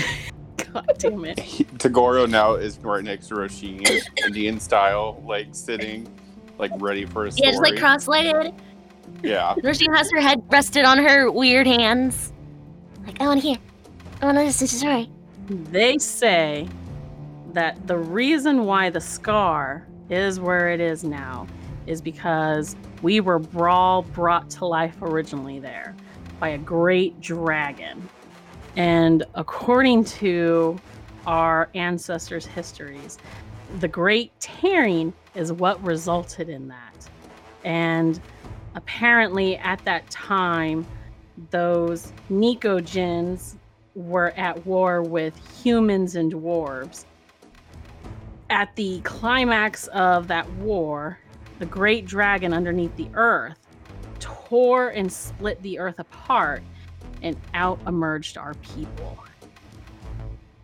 S7: God damn it.
S3: Tagoro now is right next to Roshin, Indian style, like sitting, like ready for a
S9: Yeah,
S3: story.
S9: just like cross-legged.
S3: Yeah.
S9: Roisin has her head rested on her weird hands. Like I want to hear. I want to listen to the story.
S7: They say that the reason why the scar is where it is now is because we were all brought to life originally there by a great dragon. And according to our ancestors' histories, the great tearing is what resulted in that. And apparently, at that time, those Nikogens were at war with humans and dwarves. At the climax of that war, the great dragon underneath the earth tore and split the earth apart, and out emerged our people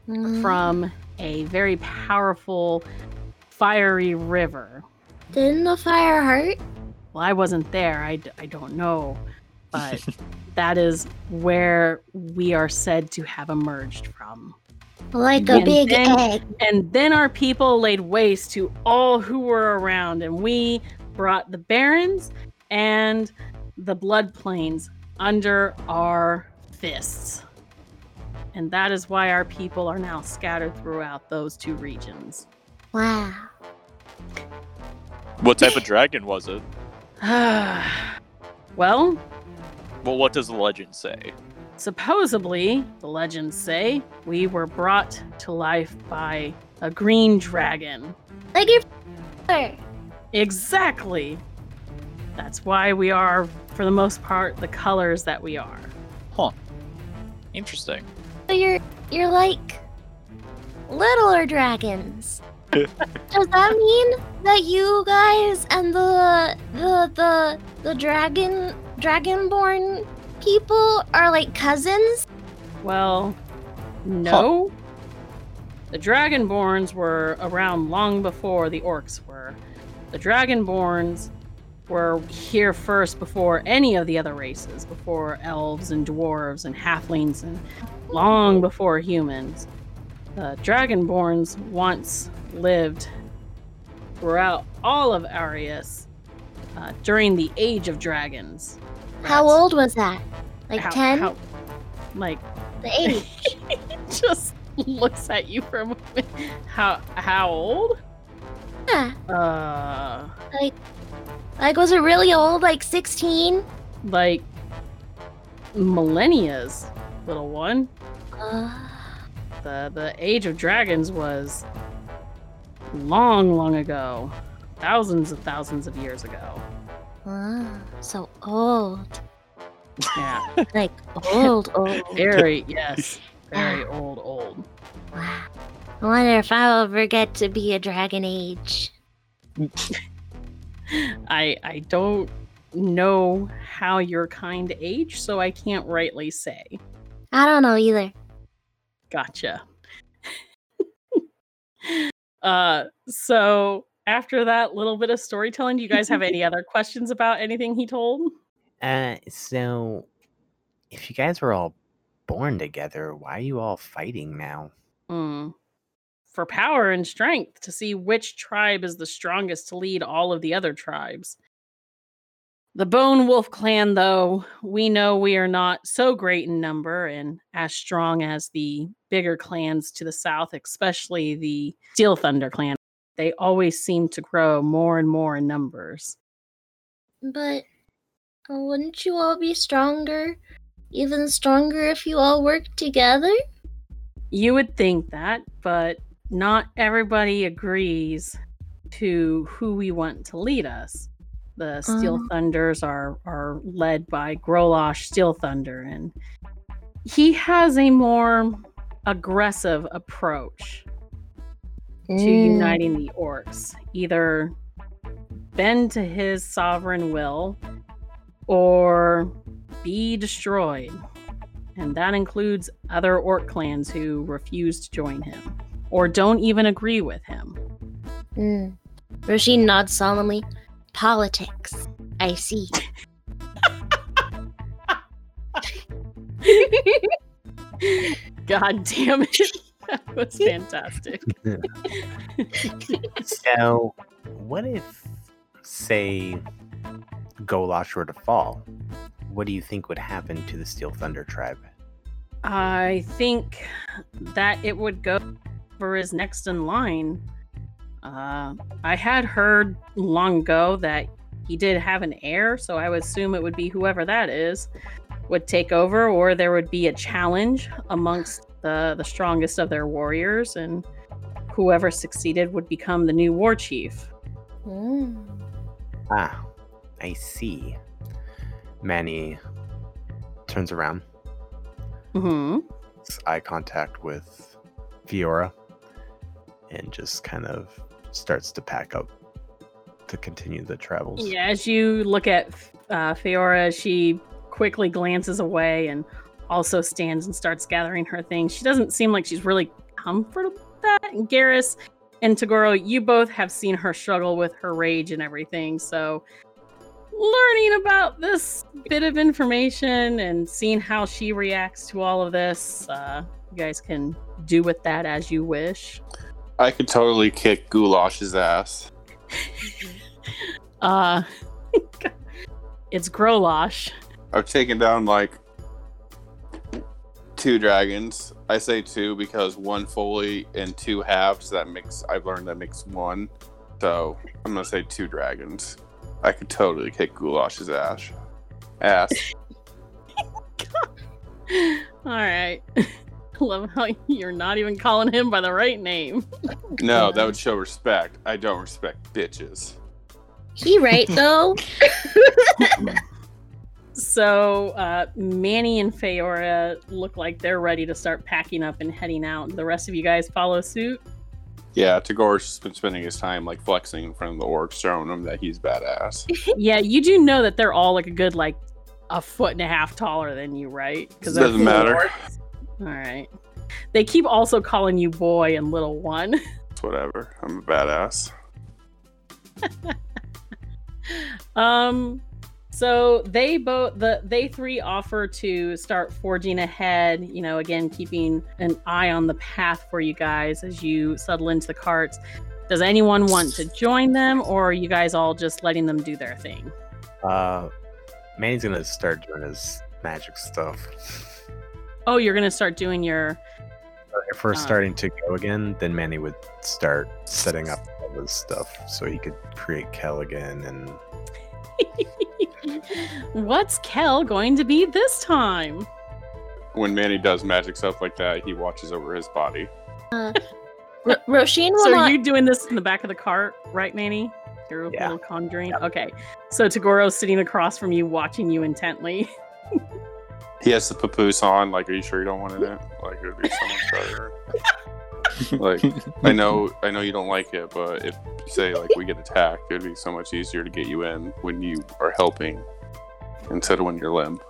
S9: Mm.
S7: from a very powerful, fiery river.
S9: Didn't the fire hurt?
S7: Well, I wasn't there. I, d- I don't know. But that is where we are said to have emerged from.
S9: Like a
S7: And
S9: big
S7: then-
S9: egg.
S7: And then our people laid waste to all who were around, and we brought the barons and the blood plains under our fists. And that is why our people are now scattered throughout those two regions.
S9: Wow.
S6: What type of dragon was it?
S7: well,
S6: Well, what does the legend say?
S7: supposedly, the legends say, we were brought to life by a green dragon.
S9: Like your father.
S7: Exactly. That's why we are, for the most part, the colors that we are.
S6: Interesting.
S9: So you're you're like littler dragons. Does that mean that you guys and the the the the dragon dragonborn people are like cousins?
S7: Well, no. The Dragonborns were around long before the orcs were. The Dragonborns were here first before any of the other races, before elves and dwarves and halflings and long before humans. The Dragonborns once lived throughout all of Arius uh, during the Age of Dragons.
S9: How
S7: That's-
S9: old was that? Like
S7: how-
S9: ten?
S7: how- like
S9: The age.
S7: just looks at you for a moment. How how old?
S9: Yeah.
S7: Uh,
S9: Like was it really old? Like sixteen?
S7: like millennia's little one.
S9: Uh,
S7: The the age of dragons was long, long ago, thousands of thousands of years ago.
S9: wow, uh, so old.
S7: Yeah,
S9: Like old old.
S7: very yes, very old, old.
S9: Wow. I wonder if I'll ever get to be a dragon age.
S7: I I don't know how your kind age, so I can't rightly say.
S9: I don't know either.
S7: Gotcha. uh, so after that little bit of storytelling, do you guys have any other questions about anything he told?
S2: Uh, so if you guys were all born together, why are you all fighting now?
S7: Mm. For power and strength to see which tribe is the strongest to lead all of the other tribes. The Bone Wolf clan, though, we know we are not so great in number and as strong as the bigger clans to the south, especially the Steel Thunder clan. They always seem to grow more and more in numbers.
S9: But uh, wouldn't you all be stronger? Even stronger if you all worked together?
S7: You would think that, but not everybody agrees to who we want to lead us. The Steel
S9: Um.
S7: Thunders are are led by Grolosh Steel Thunder, and he has a more aggressive approach to
S9: Mm.
S7: uniting the orcs. Either bend to his sovereign will or be destroyed. And that includes other orc clans who refuse to join him or don't even agree with him.
S9: Mm. Roshin nods solemnly. Politics. I see.
S7: God damn it. That was fantastic.
S2: So, what if, say, Golosh were to fall? What do you think would happen to the Steel Thunder tribe?
S7: I think that it would go for his next in line. Uh, I had heard long ago that he did have an heir, so I would assume it would be whoever that is would take over, or there would be a challenge amongst the, the strongest of their warriors, and whoever succeeded would become the new war chief.
S9: Mm.
S2: Ah, I see. Manny turns around,
S7: hmm
S2: makes eye contact with Fiora, and just kind of starts to pack up to continue the travels.
S7: Yeah, as you look at uh, Fiora, she quickly glances away and also stands and starts gathering her things. She doesn't seem like she's really comfortable with that. And Garrus and Tagoro, you both have seen her struggle with her rage and everything. So, learning about this bit of information and seeing how she reacts to all of this, uh, you guys can do with that as you wish.
S3: I could totally kick Goulash's ass.
S7: Uh, it's Grolosh.
S3: I've taken down like two dragons. I say two because one fully and two halves. That makes I've learned that makes one. So I'm gonna say two dragons. I could totally kick Goulash's ass. Ass.
S7: All right. Love how you're not even calling him by the right name.
S3: No, that would show respect. I don't respect bitches.
S9: He right though.
S7: So, uh, Manny and Feora look like they're ready to start packing up and heading out. The rest of you guys follow suit.
S3: Yeah, Tagor's just been spending his time like flexing in front of the orcs, showing them that he's badass.
S7: yeah, you do know that they're all like a good, like, a foot and a half taller than you, right? they're
S3: Doesn't matter.
S7: dwarfs. All right. They keep also calling you boy and little one.
S3: It's whatever. I'm a badass.
S7: um so they both the they three offer to start forging ahead you know again keeping an eye on the path for you guys as you settle into the carts does anyone want to join them or are you guys all just letting them do their thing
S2: Uh, Manny's gonna start doing his magic stuff.
S7: oh you're gonna start doing your
S2: If we're
S7: Uh.
S2: starting to go again, then Manny would start setting up all this stuff so he could create Kel again. And
S7: what's kel going to be this time
S3: When Manny does magic stuff like that, he watches over his body.
S9: R- Roshin will
S7: so
S9: not.
S7: are you doing this in the back of the cart right manny you're
S2: Yeah.
S7: a little conjuring okay so tagoro's sitting across from you watching you intently
S3: He has the papoose on. Like, are you sure you don't want it? In? Like, it'd be so much better. like, I know, I know you don't like it, but if say like we get attacked, it'd be so much easier to get you in when you are helping instead of when you're limp.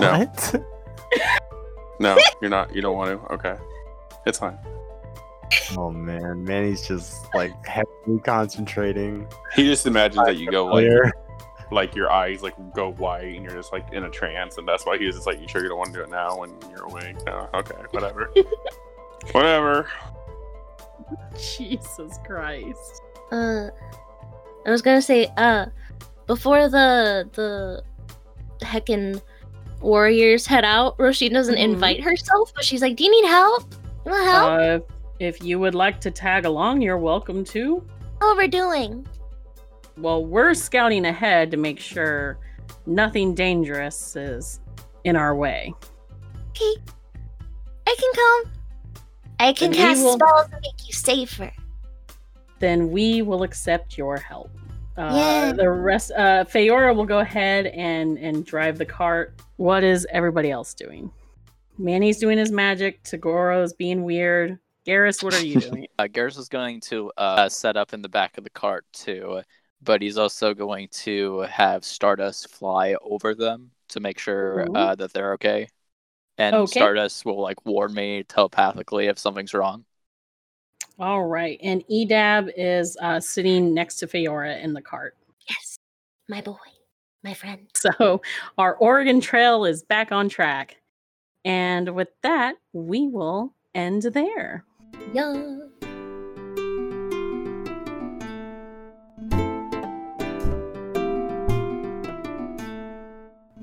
S3: No.
S8: What?
S3: No, you're not. You don't want to. Okay, it's fine.
S8: Oh man, Manny's just like heavily concentrating.
S3: He just imagines that you go like,
S8: Clear.
S3: like your eyes like go white, and you're just like in a trance, and that's why he was just like, "You sure you don't want to do it now when you're awake?" No, okay, whatever, whatever.
S7: Jesus Christ.
S9: Uh, I was gonna say, uh, before the the heckin' warriors head out, Roshin doesn't
S7: Mhm.
S9: invite herself, but she's like, "Do you need help? You want help?
S7: Uh, if you would like to tag along, you're welcome to.
S9: How we're doing?
S7: Well, we're scouting ahead to make sure nothing dangerous is in our way.
S9: Okay. I can come. I can
S7: And we
S9: cast
S7: will-
S9: spells to make you safer.
S7: then we will accept your help. Uh,
S9: Yay.
S7: the rest, uh, Feyora will go ahead and and drive the cart. What is everybody else doing? Manny's doing his magic. Tagoro's being weird. Garrus, what are you doing?
S6: Uh, Garrus is going to uh, set up in the back of the cart too, but he's also going to have Stardust fly over them to make sure
S7: Ooh.
S6: uh, that they're okay. And
S7: Okay.
S6: Stardust will like warn me telepathically if something's wrong.
S7: All right, and Edab is uh, sitting next to Feyora in the cart.
S9: Yes, my boy, my friend.
S7: So our Oregon Trail is back on track, and with that, we will end there.
S9: Yeah.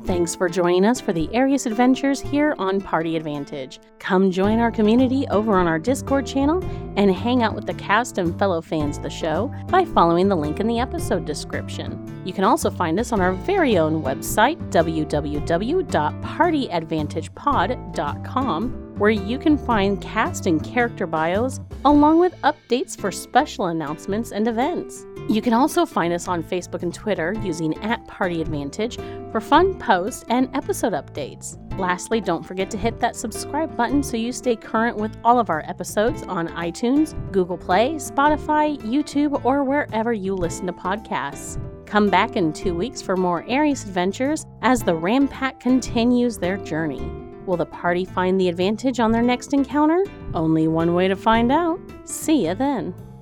S7: Thanks for joining us for the Arius Adventures here on Party Advantage. Come join our community over on our Discord channel and hang out with the cast and fellow fans of the show by following the link in the episode description. You can also find us on our very own website, www.partyadvantagepod.com, where you can find cast and character bios along with updates for special announcements and events. You can also find us on Facebook and Twitter using at Party Advantage for fun posts and episode updates. Lastly, don't forget to hit that subscribe button so you stay current with all of our episodes on iTunes, Google Play, Spotify, YouTube, or wherever you listen to podcasts. Come back in two weeks for more Aries adventures as the Ram Pack continues their journey. Will the party find the advantage on their next encounter? Only one way to find out. See ya then.